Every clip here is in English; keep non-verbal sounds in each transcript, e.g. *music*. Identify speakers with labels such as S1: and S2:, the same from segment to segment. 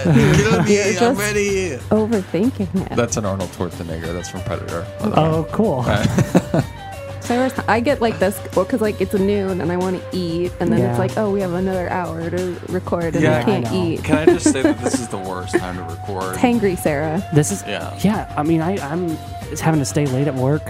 S1: *laughs*
S2: Kill me.
S1: You're
S2: I'm
S1: just-
S2: ready here.
S1: Overthinking it.
S3: That's an Arnold Schwarzenegger. That's from Predator.
S4: Oh, cool.
S1: So I, was- I get like this because like it's noon and I want to eat, and then
S4: Yeah.
S1: it's like, oh, we have another hour to record and
S2: Yeah,
S1: I
S2: I
S1: can't
S4: know.
S1: eat.
S2: Can I just say that this is the worst time to record?
S1: Hangry Sarah. *laughs*
S4: This is
S2: Yeah.
S4: yeah. I mean, I I'm just having to stay late at work.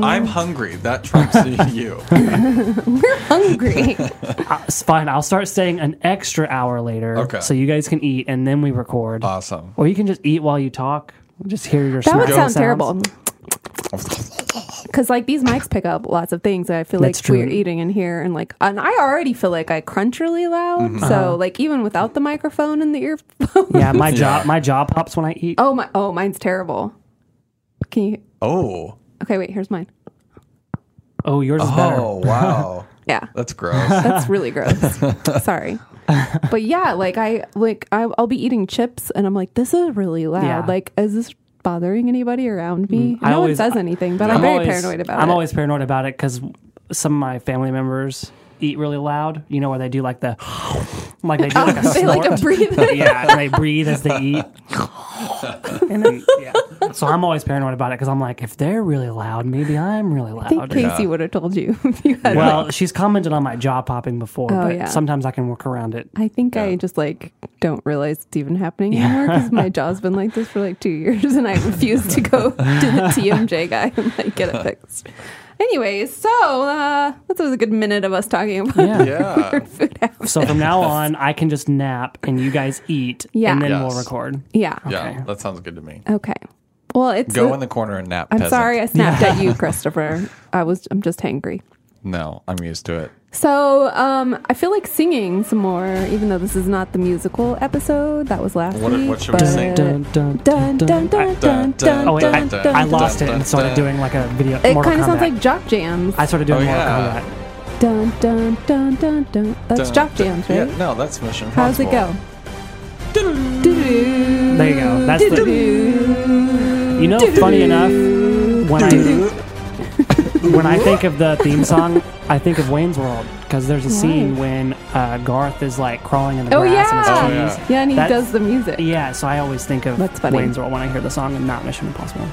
S3: I'm hungry. That trumps *laughs* you.
S1: We're
S4: *laughs*
S1: hungry.
S4: I, Uh, it's fine. I'll start staying an extra hour later,
S3: Okay. Uh,
S4: so you guys can eat and then we record,
S3: Awesome.
S4: or you can just eat while you talk. Just hear your.
S1: that would sound
S4: snacking sounds. *laughs*
S1: terrible. Because like these mics pick up lots of things that I feel
S4: That's
S1: like we're
S4: true.
S1: eating in here, and like, and I already feel like I crunch really loud. So like even without the microphone and the *laughs* earphone.
S4: Uh-huh. Yeah, my jaw
S3: Yeah.
S4: my jaw pops when I eat.
S1: Oh my. Oh, mine's terrible. Can you?
S3: Oh.
S1: Okay, wait. Here's mine.
S4: Oh, yours is better.
S3: Oh, wow.
S1: Yeah.
S3: That's gross.
S4: *laughs*
S1: That's really gross. Sorry. But yeah, like I like I, I'll be eating chips and I'm like, this is really loud.
S4: Yeah. Mm,
S1: Like, is this bothering anybody around me?
S4: I
S1: no
S4: always-
S1: one says anything, but I'm, very paranoid about
S4: I'm
S1: it. *laughs*
S4: always paranoid about it because some of my family members eat really loud. You know where they do like the like they do like a
S1: *laughs* they
S4: snort.
S1: like a breathe.
S4: *laughs* yeah, and they breathe as they
S3: *laughs*
S4: eat. and then, yeah. So I'm always paranoid about it because I'm like, if they're really loud, maybe I'm really
S1: I think
S4: loud.
S1: Casey would have told you *laughs* if you had.
S4: Well, she's commented on my jaw popping before,
S1: Oh,
S4: but
S1: yeah.
S4: sometimes I can work around it.
S1: I think I just like don't realize it's even happening anymore because
S4: *laughs*
S1: my jaw's been like this for like two years and I refuse to go to the TMJ guy and like get it fixed. Anyways, so uh, that was a good minute of us talking about
S3: *laughs*
S4: Yeah.
S3: yeah.
S1: food habits.
S4: So from
S3: *laughs*
S4: now on, I can just nap and you guys eat,
S1: Yeah.
S4: and then
S3: Yes.
S4: we'll record.
S1: Yeah.
S3: Yeah. That sounds good to me.
S1: Okay. Well, it's.
S3: Go in the corner and nap.
S1: I'm
S3: peasant.
S1: sorry, I snapped at
S3: *laughs*
S1: you, Christopher. I was. I'm just hangry.
S3: No, I'm used to it.
S1: So, um, I feel like singing some more, even though this is not the musical episode. That was last
S3: What-
S1: week.
S3: what should we
S1: but-
S3: sing?
S4: Dun, dun,
S1: Dun, dun, dun, dun, dun,
S4: Oh wait, I,
S1: dun, dun,
S4: I lost it
S3: dun,
S4: and started
S3: dun.
S4: doing like a video.
S1: It
S4: Mortal
S1: kind of sounds
S4: Kombat.
S1: like jock jams.
S4: I started doing
S3: Oh,
S4: Mortal
S3: yeah.
S4: Kombat.
S1: Dun dun dun dun dun. That's
S3: Dun,
S1: jock
S3: dun-
S1: jams, right?
S3: Yeah, no, that's Mission
S1: How does it go?
S3: Impossible.
S1: Doo-doo.
S4: There you go. That's the. You know, funny enough, when I when I think of the
S1: *laughs*
S4: theme song, I think of Wayne's World because there's a scene when uh, Garth is like crawling in the
S1: Oh
S4: grass
S1: yeah.
S4: and his
S3: yeah.
S4: keys.
S1: Yeah, and he
S4: That's-
S1: does the music.
S4: Yeah, so I always think of
S1: That's funny.
S4: Wayne's World when I hear the song and not Mission Impossible.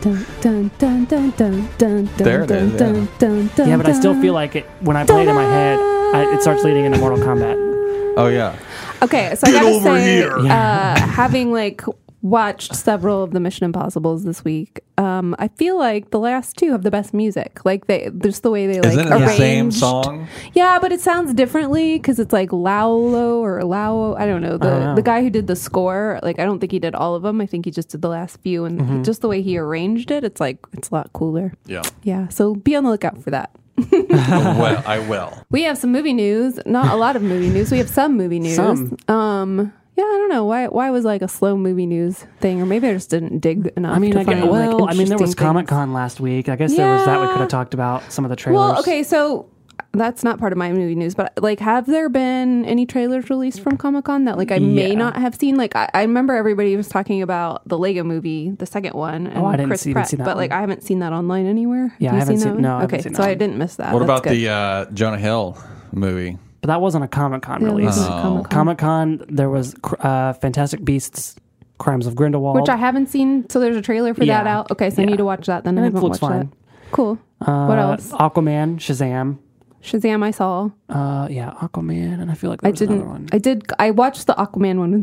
S1: Dun, dun, dun, dun, dun, dun,
S3: There it
S1: dun,
S3: is, yeah.
S1: dun, dun, dun,
S4: Yeah, but I still
S1: dun.
S4: feel like it when I play it in my head, I, it starts leading into Mortal Kombat.
S3: Oh, yeah.
S1: Okay, so I gotta
S2: over
S1: say,
S2: here.
S1: uh, having like watched several of the Mission Impossible's this week, um, I feel like the last two have the best music. Like they, just the way they like
S3: Isn't it
S1: arranged.
S3: the same song?
S1: Yeah, but it sounds differently because it's like Laulo or Lao. I don't know the
S4: know.
S1: the guy who did the score. Like I don't think he did all of them. I think he just did the last few, and
S4: Mm-hmm.
S1: just the way he arranged it, it's like it's a lot cooler.
S3: Yeah.
S1: Yeah, so be on the lookout for that. *laughs*
S3: well, I will.
S1: We have some movie news. Not a lot of movie news. We have some movie news.
S4: Some.
S1: Um. Yeah, I don't know why. Why was like a slow movie news thing, or maybe I just didn't dig enough.
S4: I mean,
S1: to
S4: I
S1: find,
S4: get, well,
S1: like,
S4: I mean, there was
S1: interesting
S4: Comic
S1: things.
S4: Con last week. I guess there was that we
S1: Yeah.
S4: could have talked about some of the trailers.
S1: Well, okay, so that's not part of my movie news, but like, have there been any trailers released from Comic Con that like I may
S4: Yeah.
S1: not have seen? Like, I, I remember everybody was talking about the Lego movie, the second one, and
S4: Oh, I didn't
S1: Chris
S4: see- even
S1: Pratt,
S4: see that
S1: but like,
S4: one.
S1: I haven't seen that online anywhere. Have
S4: Yeah, I
S1: you
S4: haven't
S1: seen
S4: seen-
S1: that one?
S4: no, I haven't
S1: okay,
S4: seen
S1: so
S4: that
S1: I
S4: one.
S1: didn't miss that.
S3: What
S1: That's
S3: about
S1: good.
S3: the uh, Jonah Hill movie?
S4: But that wasn't a Comic Con
S1: Yeah, that
S4: release.
S1: was at Comic-Con.
S4: Comic Con, there was cr- uh, Fantastic Beasts, Crimes of Grindelwald.
S1: which I haven't seen. So there's a trailer for that
S4: Yeah.
S1: out. Okay, so I
S4: Yeah.
S1: need to watch that. Then I
S4: I think it
S1: haven't watched
S4: looks
S1: that. Cool.
S4: uh,
S1: what else?
S4: Aquaman, Shazam.
S1: Shazam! I saw.
S4: Uh, yeah, Aquaman, and I feel like
S1: I
S4: there was another one.
S1: didn't. I did. I watched the Aquaman one with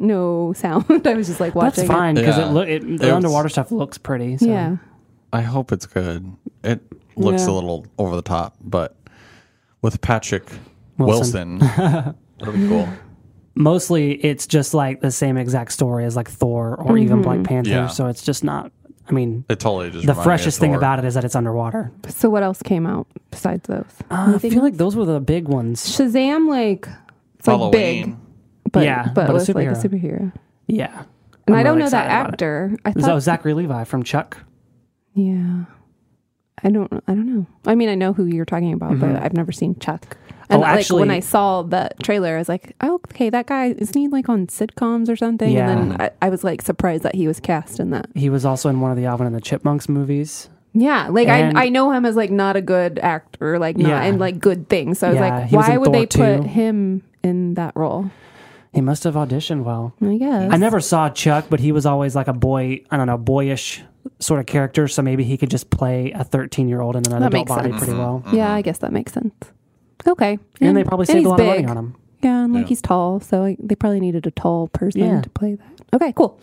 S1: no *laughs* no sound. *laughs* I was just like watching. it.
S4: That's fine because
S3: Yeah.
S4: it look it, the
S3: It's-
S4: underwater stuff looks pretty. So.
S1: Yeah.
S3: I hope it's good. It looks
S4: Yeah.
S3: a little over the top, but with Patrick
S4: Wilson.
S3: Wilson,
S1: *laughs*
S3: that'll be cool.
S4: mostly it's just like the same exact story as like Thor or even
S1: Mm-hmm.
S4: Black Panther.
S3: Yeah.
S4: so it's just not. I mean,
S3: It totally just
S4: the freshest thing about it is that it's underwater.
S1: So what else came out besides those?
S4: Uh, I feel like those were the big ones.
S1: Shazam, like it's like big, but
S4: Yeah,
S1: but,
S4: but a
S1: with like a
S4: superhero.
S1: superhero.
S4: Yeah,
S1: And
S4: I'm
S1: I don't
S4: really
S1: know that
S4: excited about it.
S1: actor. I
S4: Is
S1: thought,
S4: that Zachary Levi from Chuck?
S1: yeah, I don't. I don't know. I mean, I know who you're talking about, but I've never seen Chuck. And
S4: Mm-hmm. Oh,
S1: like when
S4: actually-
S1: I saw the trailer, I was like, oh, okay, that guy isn't he like on sitcoms or something?
S4: Yeah.
S1: And then I, I was like surprised that he was cast in that.
S4: He was also in one of the Alvin and the Chipmunks movies.
S1: Yeah, like
S4: And-
S1: I I know him as like not a good actor, like not
S4: Yeah.
S1: and like good things. So I was
S4: Yeah,
S1: like,
S4: he was
S1: why
S4: in
S1: would
S4: Thor
S1: they
S4: too.
S1: put him in that role?
S4: He must have auditioned well.
S1: I guess.
S4: I never saw Chuck, but he was always like a boy, I don't know, boyish sort of character. So maybe he could just play a 13 year old in an adult
S1: makes
S4: body
S1: sense. Mm-hmm.
S4: pretty well.
S1: Yeah, I guess that makes sense. Okay.
S4: And they probably saved
S1: he's
S4: a lot of money
S1: big.
S4: on him.
S1: Yeah, and like
S3: Yeah.
S1: he's tall, so like, they probably needed a tall person
S4: Yeah.
S1: to play that. Okay, cool.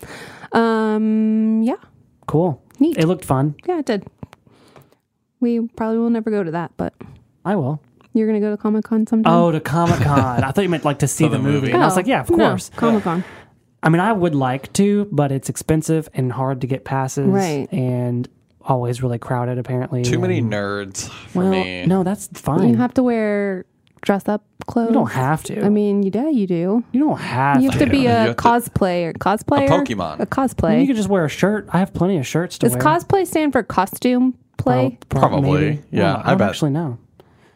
S1: Um, yeah,
S4: Cool.
S1: Neat.
S4: It looked fun.
S1: yeah, it did. We probably will never go to that, but
S4: I will.
S1: you're gonna go to Comic Con sometime. Oh,
S4: Oh, to Comic Con. I thought you meant like to see
S3: To
S4: the,
S3: the
S4: movie.
S3: movie.
S4: And I was like, yeah, of course.
S1: Comic Con.
S4: I mean, I would like to, but it's expensive and hard to get passes.
S1: Right.
S4: And always really crowded, apparently.
S3: Too many
S4: And-
S3: nerds for
S4: Well,
S3: me.
S4: no, that's fine.
S1: You have to wear dress up clothes.
S4: You don't have to.
S1: I mean, you yeah, you do.
S4: you don't have
S1: You have to
S4: to.
S1: be
S3: You
S1: a
S3: have to-
S1: cosplayer. Cosplayer. A
S3: Pokemon.
S4: I mean,
S1: cosplay.
S4: you could just wear a shirt. I have plenty of shirts to
S1: Does
S4: wear.
S1: cosplay stand for costume play?
S4: Prob-
S3: Probably.
S4: maybe.
S3: Yeah,
S4: I,
S3: I
S4: don't
S3: bet.
S4: actually know.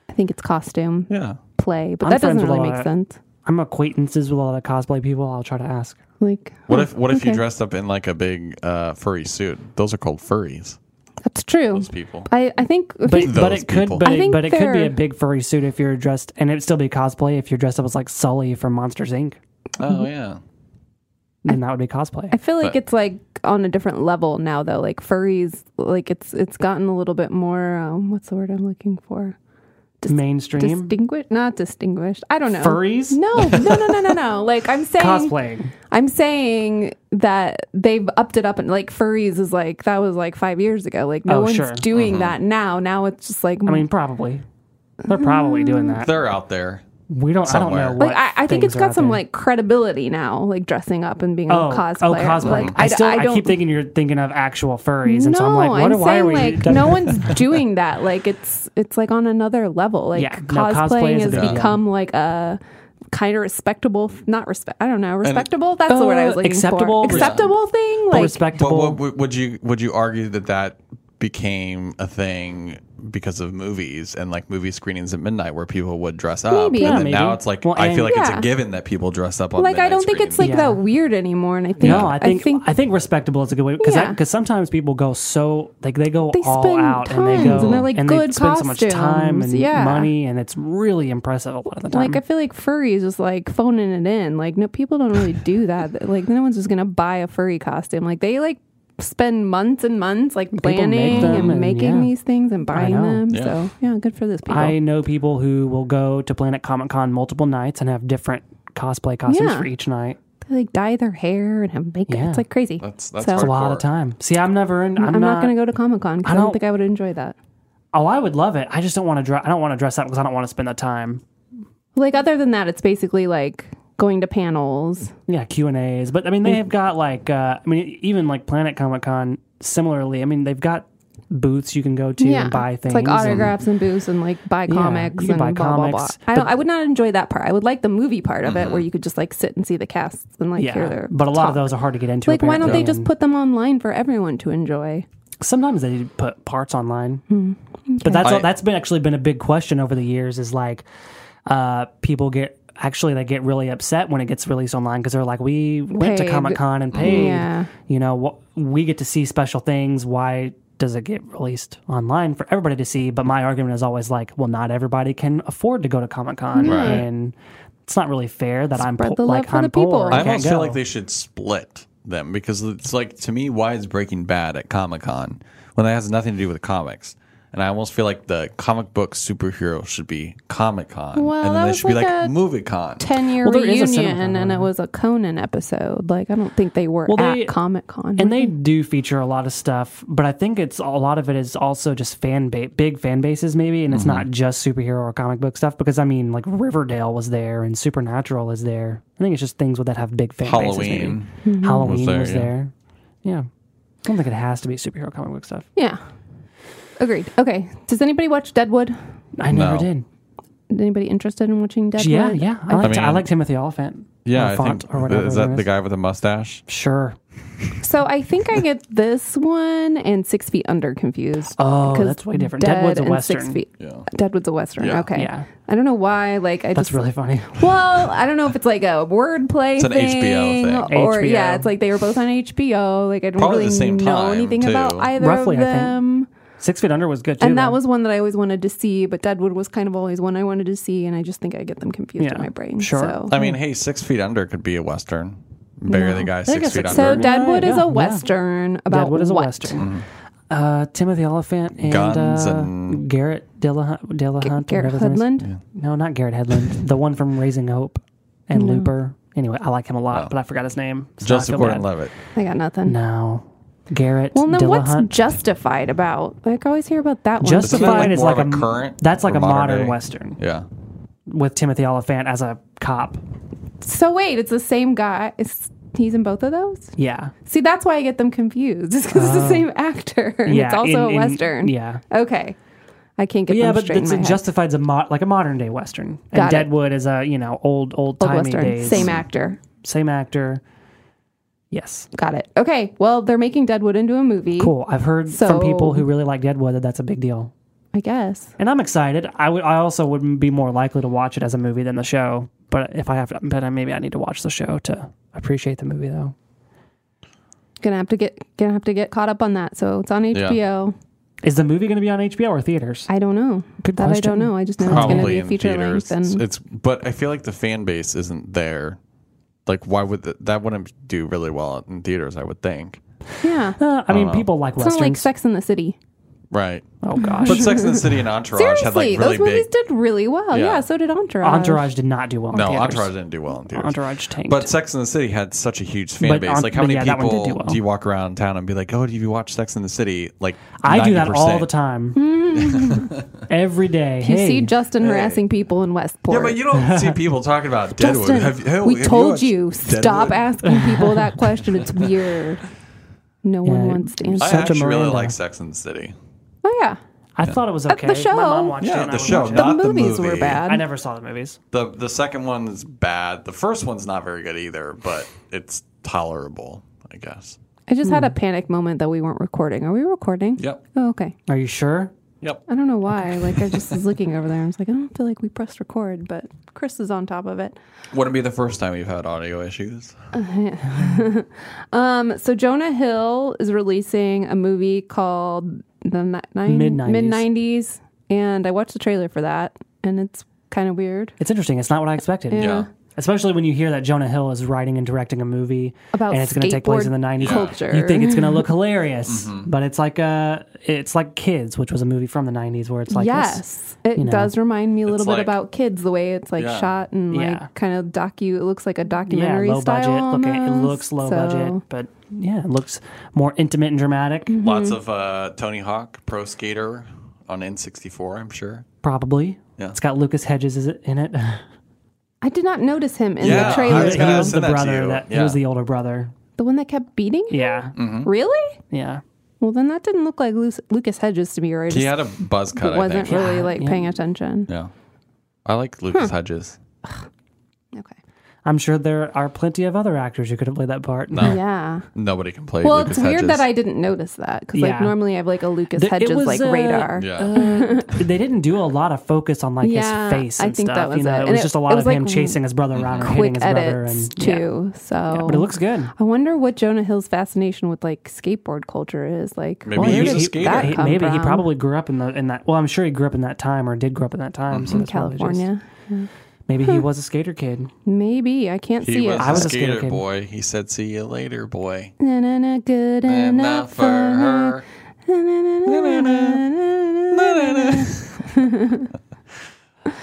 S1: I think it's costume
S3: Yeah.
S1: play, but
S4: I'm
S1: that
S4: friends
S1: doesn't
S4: with a
S1: really
S4: lot
S1: make
S4: of-
S1: sense.
S4: I'm acquaintances with a lot of cosplay people. I'll try to ask.
S1: Like
S3: What
S1: oh,
S3: if what if you
S1: okay.
S3: dressed up in like a big uh, furry suit? Those are called furries.
S1: That's true.
S3: Those people.
S1: I, I think
S4: But, but
S3: Those
S4: it could
S3: people.
S4: but
S1: I
S4: it,
S1: think
S4: but it could be
S1: they're-
S4: a big furry suit if you're dressed and it'd still be cosplay if you're dressed up as like Sully from Monsters Inc.
S3: Oh yeah.
S4: Then that would be cosplay.
S1: I feel like
S3: But-
S1: it's like on a different level now though. Like furries, like it's it's gotten a little bit more. Um, what's the word I'm looking for?
S4: Mainstream
S1: Distinguished, not distinguished. I don't know.
S4: furries
S1: No, no, no, no, no,
S4: *laughs*
S1: no. Like I'm saying,
S4: cosplaying.
S1: I'm saying that they've upped it up and like furries is like that was like five years ago. Like no
S4: Oh,
S1: one's
S4: sure.
S1: doing that now. Now it's just like
S4: I mean, probably they're probably doing that.
S3: They're out there.
S4: We don't. I
S3: Somewhere.
S4: don't know.
S1: like
S4: what
S1: I, I think it's
S4: things are
S1: got
S4: out
S1: some
S4: there.
S1: like credibility now, like dressing up and being a
S4: Oh,
S1: cosplayer.
S4: oh, cosplay.
S1: Like
S4: I,
S1: d-
S4: still,
S1: I
S4: I,
S1: don't
S4: keep thinking you're thinking of actual furries, and
S1: no,
S4: so I'm like, what?
S1: I'm
S4: why
S1: saying
S4: are we? *laughs*
S1: like no one's doing that. Like it's it's like on another level. Like
S4: Yeah, no, cosplay
S1: cosplaying
S4: is a
S1: has
S4: big deal.
S1: become like a kind of respectable, not respect. I don't know, respectable. That's the word I was
S4: Uh,
S1: looking
S4: acceptable,
S1: for.
S4: res-
S1: Acceptable thing. Like
S4: respectable.
S3: But what, would- would you would you argue that that became a thing because of movies and like movie screenings at midnight where people would dress up?
S1: Maybe.
S3: And
S1: Yeah,
S3: then
S4: maybe.
S3: now it's like
S4: Well,
S3: I
S4: and-
S3: feel like it's
S1: Yeah.
S3: a given that people dress up on.
S1: like I
S3: midnight
S1: don't think it's like
S3: screenings.
S4: Yeah.
S1: that weird anymore. And I think
S4: No, I think, I think respectable is a good way because
S1: Yeah.
S4: because sometimes people go so like they go
S1: They
S4: all
S1: spend
S4: out and they
S1: tons,
S4: go
S1: and they're, like,
S4: they
S1: good
S4: spend so much time
S1: costumes,
S4: and
S1: yeah.
S4: money and it's really impressive a lot of the time.
S1: Like I feel like furries just like phoning it in. Like no, people don't really do that. Like no one's just gonna buy a furry costume. Like they like spend months and months like
S4: make
S1: planning
S4: them
S1: and,
S4: and,
S1: making
S4: yeah.
S1: these things and buying
S4: know.
S1: them.
S3: Yeah.
S1: So yeah, good for those people.
S4: I know people who will go to Planet Comic Con multiple nights and have different cosplay costumes
S1: Yeah.
S4: for each night.
S1: they like dye their hair and have makeup.
S4: Yeah.
S1: It's like crazy.
S3: That's that's
S1: So-
S4: It's a lot of
S3: hardcore.
S4: time. See, I'm never in. I'm,
S1: I'm, not, gonna go to Comic Con because I,
S4: I
S1: don't
S4: don't-
S1: think I would enjoy that.
S4: Oh, I would love it. I just don't want to dress. I don't want to dress up because I don't want to spend the time.
S1: Like other than that, it's basically like going to panels.
S4: Yeah, Q and A's, but I mean they have got like uh, I mean even like Planet Comic Con. Similarly, I mean they've got booths you can go to and buy
S1: It's
S4: things.
S1: like
S4: and-
S1: autographs and, booths and like buy comics
S4: you can
S1: and
S4: buy
S1: blah blah
S4: comics,
S1: blah. I don't. I would not enjoy that part. I would like the movie part of
S3: Mm-hmm.
S1: it where you could just like sit and see the casts and like hear
S4: Yeah,
S1: their.
S4: but a lot of
S1: talk.
S4: those are hard to get into.
S1: Like, why don't they
S4: apparently,
S1: just
S4: and
S1: put them online for everyone to enjoy?
S4: Sometimes they put parts online,
S1: Hmm.
S4: but that's
S3: I-
S4: that's been actually been a big question over the years. Is like uh, people get actually they get really upset when it gets released online because they're like, we went to
S1: Paid.
S4: Comic Con and paid.
S1: Yeah.
S4: You know, wh- we get to see special things. Why? Does it get released online for everybody to see? But my argument is always like, well, not everybody can afford to go to Comic Con,
S3: Right.
S4: and it's not really fair that I'm
S1: Spread
S4: po-
S1: the love
S4: like
S1: for
S4: I'm
S1: the people.
S4: poor. and
S1: I
S3: I
S4: can't
S3: almost feel
S4: go.
S3: like they should split them because it's like to me, why is Breaking Bad at Comic Con when that has nothing to do with comics? And I almost feel like the comic book superhero should be Comic Con,
S1: Well,
S3: and
S1: that
S3: then it
S1: was
S3: should be
S1: like
S3: like
S1: a
S3: Movie Con.
S1: Ten year
S4: Well, there is a
S1: reunion,
S4: Cinnabon
S1: and it was a Conan episode. Like, I don't think they were
S4: Well,
S1: at
S4: they-
S1: Comic Con.
S4: And they
S3: Mm-hmm.
S4: do feature a lot of stuff, but I think it's a lot of it is also just fan ba- big fan bases maybe, and it's
S3: Mm-hmm.
S4: not just superhero or comic book stuff. Because I mean, like Riverdale was there and Supernatural is there. I think it's just things that have big fan
S3: Halloween.
S4: bases. maybe. Halloween was
S3: Was
S4: there.
S3: there,
S4: Was
S3: yeah.
S4: there. Yeah. I don't think it has to be superhero comic book stuff.
S1: yeah, agreed. Okay, does anybody watch Deadwood?
S4: I never
S3: No.
S4: did.
S1: Anybody interested in watching Deadwood?
S4: Yeah, yeah. I like, I
S3: mean-
S4: like Timothy Oliphant.
S3: Yeah,
S4: or
S3: I
S4: Font,
S3: think
S4: or whatever.
S3: is
S4: his name
S3: that the guy with the mustache?
S4: Sure.
S1: So I think I get this one and Six Feet Under confused.
S4: Oh,
S1: because
S4: that's way different.
S1: Dead
S4: Deadwood's a
S1: and Six
S4: western.
S1: Feet.
S3: Yeah.
S1: Deadwood's a western.
S3: Yeah.
S1: Okay.
S4: Yeah.
S1: I don't know why. Like I
S4: That's
S1: just
S4: really funny.
S1: well, I don't know if it's like a wordplay.
S3: It's an HBO thing.
S1: or
S4: HBO.
S1: yeah, it's like they were both on HBO. Like I don't
S3: Probably
S1: really
S3: the same
S1: know
S3: time,
S1: anything about
S3: too.
S1: either
S4: Roughly, I
S1: of
S4: think.
S1: them.
S4: Six Feet Under was good too.
S1: and that
S4: though.
S1: was one that I always wanted to see, but Deadwood was kind of always one I wanted to see, and I just think I get them confused
S4: Yeah,
S1: in my brain.
S4: sure.
S1: So,
S3: I mean, hey, Six Feet Under could be a western. Bury the guy six
S4: guess
S3: feet
S4: it's-
S1: so
S3: under.
S4: Yeah,
S1: Deadwood is
S4: yeah,
S1: a
S4: yeah.
S1: western about
S4: Deadwood is a
S1: what?
S4: western. Uh, Timothy Oliphant
S3: Mm-hmm.
S4: and,
S3: Guns
S4: uh,
S3: and-
S4: Garrett Dillahunt. Dillahunt or
S1: Garrett
S4: whatever his name is.
S1: Hudland.
S4: No, not
S1: *laughs*
S4: Garrett Hedlund. the one from Raising Hope and Looper. Anyway, I like him a lot, but I forgot his name. so I
S3: Oh. Joseph
S4: feel bad.
S3: Gordon-Levitt.
S1: I got nothing.
S4: No, Garrett.
S1: Well, then
S4: Dillahunt.
S1: what's Justified about? Like, I always hear about that one.
S3: Isn't that,
S4: Justified
S3: like,
S4: is
S3: more
S4: like
S3: of a
S4: m-
S3: current
S4: That's like
S3: or
S4: a modern
S3: modern day?
S4: western
S3: Yeah.
S4: with Timothy Oliphant as a cop.
S1: So wait, it's the same guy. It's, he's in both of those.
S4: Yeah,
S1: See, that's why I get them confused. *laughs* It's because it's the same actor. And
S4: Ah. yeah.
S1: it's also
S4: in-
S1: a
S4: in-
S1: western.
S4: yeah,
S1: Okay. I can't get
S4: yeah,
S1: them
S4: but
S1: straight in
S4: it's
S1: my
S4: a
S1: head.
S4: Justified's a mo- like a modern day western, and
S1: Got it.
S4: Deadwood is a you know old old
S1: Old
S4: timey
S1: Western.
S4: days.
S1: Same actor.
S4: same actor. Yes,
S1: Got it. Okay. Well, they're making Deadwood into a movie.
S4: cool. I've heard
S1: So-
S4: from people who really like Deadwood that that's a big deal,
S1: I guess.
S4: and I'm excited. I would. I also would be more likely to watch it as a movie than the show. But if I have, to, but I- maybe I need to watch the show to appreciate the movie though.
S1: Gonna have to get gonna have to get caught up on that. So it's on HBO.
S4: Is the movie going to be on HBO or theaters?
S1: I don't know.
S4: Good
S1: that I
S4: question.
S1: don't know. I just know it's gonna
S3: Probably
S1: be a
S3: in
S1: feature
S3: theaters.
S1: length and
S3: It's, it's- but I feel like the fan base isn't there. Like, why would th- that wouldn't do really well in theaters? I would think.
S1: yeah.
S4: Uh, I mean, people like
S1: It's not like
S4: westerns.
S1: Sex in the City.
S3: Right.
S4: oh gosh,
S3: But Sex and the City and Entourage had
S1: Seriously,
S3: like really
S1: those movies
S3: big.
S1: did really well. Yeah.
S3: Yeah.
S1: so did Entourage.
S4: Entourage did not do well. in
S3: no,
S4: theaters.
S3: Entourage didn't do well in theaters.
S4: Entourage tanked.
S3: But Sex and the City had such a huge fan
S4: But
S3: base.
S4: on-
S3: like, how
S4: but
S3: many
S4: yeah, that one did
S3: people
S4: do well.
S3: do you walk around town and be like, "Oh, do you watch Sex and the City?" Like,
S4: I do that
S3: 90%.
S4: all the time,
S1: *laughs*
S4: every day.
S1: You
S4: hey,
S1: see Justin harassing people in Westport.
S3: Yeah, but you don't
S4: *laughs*
S3: see people talking about Deadwood.
S1: Justin,
S3: Have you- hey,
S1: we
S3: have
S1: told
S3: watched
S1: you,
S3: Deadwood?
S1: stop asking people that question. It's weird. No one
S4: Yeah.
S1: wants to
S3: I
S1: answer.
S4: Such a
S3: actually really
S4: Miranda.
S3: like Sex and the City.
S1: oh yeah,
S4: I thought it was okay.
S1: the show.
S4: My mom watched
S3: Yeah,
S4: it.
S3: the
S4: And I would
S3: show,
S4: watch it.
S1: the
S3: Not the
S1: movies were
S3: movie.
S1: bad.
S4: I never saw the movies.
S3: The the second one is bad. The first one's not very good either, but it's tolerable, I guess.
S1: I just
S4: Hmm.
S1: had a panic moment that we weren't recording. Are we recording?
S3: Yep.
S1: Oh, okay.
S4: Are you sure?
S3: Yep.
S1: I don't know why. Like I just was looking over there. and I was like, I don't feel like we pressed record, but Chris is on top of it.
S3: Wouldn't be the first time you've had audio issues.
S1: Um, so Jonah Hill is releasing a movie called the
S4: Mid-nineties.
S1: mid nineties, and I watched the trailer for that, and it's kind of weird.
S4: It's interesting. It's not what I expected.
S1: Yeah.
S3: Yeah.
S4: Especially when you hear that Jonah Hill is writing and directing a movie
S1: About
S4: and it's going to take place in the
S1: skateboard
S4: 90s.
S1: culture.
S4: You think it's going
S1: *laughs*
S4: to look hilarious,
S3: Mm-hmm.
S4: but it's like uh it's like Kids, which was a movie from the 90s where it's like this-
S1: yes, it
S4: you know.
S1: does remind me a little
S3: It's
S1: bit
S3: like-
S1: about kids the way it's like
S3: Yeah.
S1: shot and like
S4: Yeah.
S1: kind of docu. It looks like a
S4: yeah,
S1: documentary
S4: low budget.
S1: style.
S4: Look, it
S1: almost,
S4: looks low
S1: so-
S4: budget, but yeah, it looks more intimate and dramatic,
S1: Mm.
S3: Lots of uh, Tony Hawk, pro skater on N64, I'm sure.
S4: probably.
S3: Yeah.
S4: It's got Lucas Hedges is it- in it.
S1: I did not notice him in
S3: Yeah,
S1: the
S3: I
S1: trailer.
S4: *laughs*
S3: was
S4: he
S3: gonna
S1: though.
S4: was the
S3: send that to
S4: brother
S3: you.
S4: that he
S3: Yeah. Mm-hmm.
S4: was the older brother.
S1: The one that kept beating. him?
S4: Yeah,
S1: Really?
S4: yeah.
S1: Well, then that didn't look like Lu- Lucas Hedges to me, or I
S3: He
S1: just
S3: had a buzz cut, I
S1: wasn't
S3: think.
S1: really
S4: Yeah,
S1: like
S4: yeah.
S1: paying attention.
S3: Yeah. I like Lucas Hedges.
S1: Okay.
S4: I'm sure there are plenty of other actors who could have played that
S1: *laughs*
S4: part.
S3: No.
S1: Yeah.
S3: Nobody can play
S1: Well,
S3: Lucas
S1: it's weird
S3: Hedges.
S1: that I didn't notice that because
S4: Yeah.
S1: like normally I have like a Lucas
S4: Th- it
S1: Hedges
S4: was,
S1: like
S4: uh,
S1: radar.
S3: Yeah.
S4: Uh, *laughs* they didn't do a lot of focus on like
S1: Yeah,
S4: his face.
S1: I
S4: And
S1: think
S4: stuff.
S1: that was
S4: you know,
S1: it.
S4: It
S1: And
S4: was
S1: it-
S4: just a
S1: it
S4: lot
S1: was
S4: of
S1: like
S4: him chasing his brother around or hitting
S1: Quick
S4: his brother,
S1: edits
S4: and yeah.
S1: too. So,
S4: Yeah, but it looks good.
S1: I wonder what Jonah Hill's fascination with like skateboard culture is. Like,
S3: Maybe Well, he
S1: where
S3: was
S1: did
S3: a skater.
S1: that
S4: he-
S1: come
S4: maybe he
S1: from?
S4: probably grew up in the in that. Well, I'm sure he grew up in that time or did grow up in that time. So
S1: in
S4: that's probably just-
S1: California.
S4: maybe
S1: *laughs*
S4: he was a skater kid.
S1: Maybe I can't
S3: He
S1: see
S3: was,
S1: it.
S4: I was
S3: a
S4: a
S3: skater,
S4: skater kid.
S3: boy. He said, "See you later, boy."
S1: Na, na, na, good
S3: And not
S1: enough
S3: for her.
S1: Na, na, na, na, na, na, na.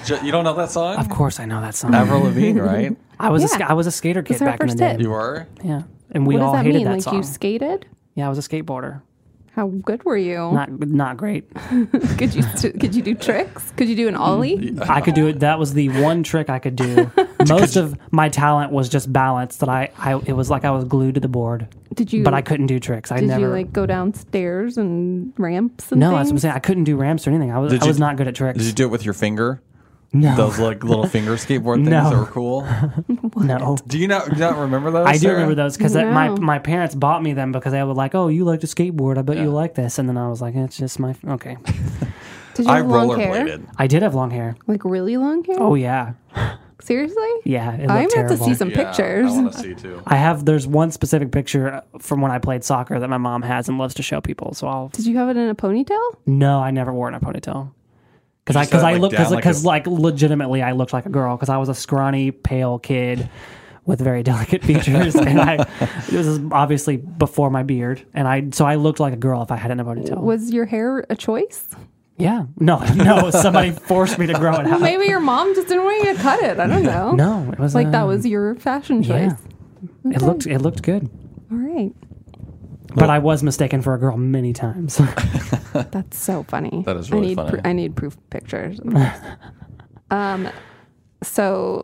S3: Ju- You don't know that song?
S4: Of course, I know that song.
S3: Avril Lavigne, right?
S4: I was a
S1: Yeah.
S4: ska- I was a skater kid
S1: her
S4: back in the
S1: first
S4: day.
S1: hit.
S3: *laughs* You were.
S4: Yeah, and we
S1: What
S4: all
S1: does that
S4: hated
S1: mean?
S4: that
S1: like
S4: song.
S1: you skated?
S4: yeah, I was a skateboarder.
S1: How good were you?
S4: Not not great.
S1: *laughs* could you could you do tricks? Could you do an
S3: Mm.
S1: ollie?
S4: I could do it. That was the one trick I
S1: *laughs*
S4: could do. Most of my talent was just balance. That I, I it was like I was glued to the board,
S1: Did you?
S4: but I couldn't do tricks. I
S1: Did
S4: never.
S1: you like go downstairs and ramps and
S4: no, that's
S1: things?
S4: what I'm saying. I couldn't do ramps or anything. I was
S3: Did
S4: I
S3: you-
S4: was not good at tricks.
S3: Did you do it with your finger?
S4: no,
S3: Those like little finger skateboard
S4: *laughs*
S3: things
S4: No.
S3: that were cool.
S4: no.
S3: Do you not, do you not remember those?
S4: I do
S3: Sarah?
S4: remember those because my
S1: Wow.
S4: my parents bought me them because they were like, "Oh, you like to skateboard? I bet you
S3: Yeah.
S4: like this." And then I was like, "It's just my okay."
S1: Did you
S3: I
S1: have long hair?
S3: rollerbladed.
S4: I did have long hair.
S1: Oh. Like really long hair?
S4: Oh yeah,
S1: Seriously?
S4: Yeah, it looked
S1: I'm gonna have to
S4: terrible.
S1: see some
S3: Yeah,
S1: pictures.
S3: I want to see too.
S4: I have there's one specific picture from when I played soccer that my mom has and loves to show people. So I'll
S1: Did you have it in a ponytail?
S4: no, I never wore it in a ponytail because I
S3: just had
S4: because
S3: it,
S4: I
S3: like,
S4: looked
S3: down
S4: because
S3: like a-
S4: because like, legitimately I looked like a girl because I was a scrawny pale kid with very delicate *laughs* features and I this is obviously before my beard and I so I looked like a girl if I had it in a ponytail.
S1: Was your hair a choice?
S4: Yeah, no, *laughs* no, somebody forced me to grow it
S1: *laughs*
S4: out.
S1: Maybe your mom just didn't want you to cut it. I *laughs* don't know.
S4: *laughs* No, it was um,
S1: Like that was your fashion choice.
S4: yeah. It looked it looked good,
S1: All
S3: *laughs*
S1: right.
S4: but I was mistaken for a girl many times. *laughs*
S1: That's so funny.
S3: That is
S1: I
S3: really
S1: need
S3: funny.
S1: pr- I need proof *laughs* pictures. um, so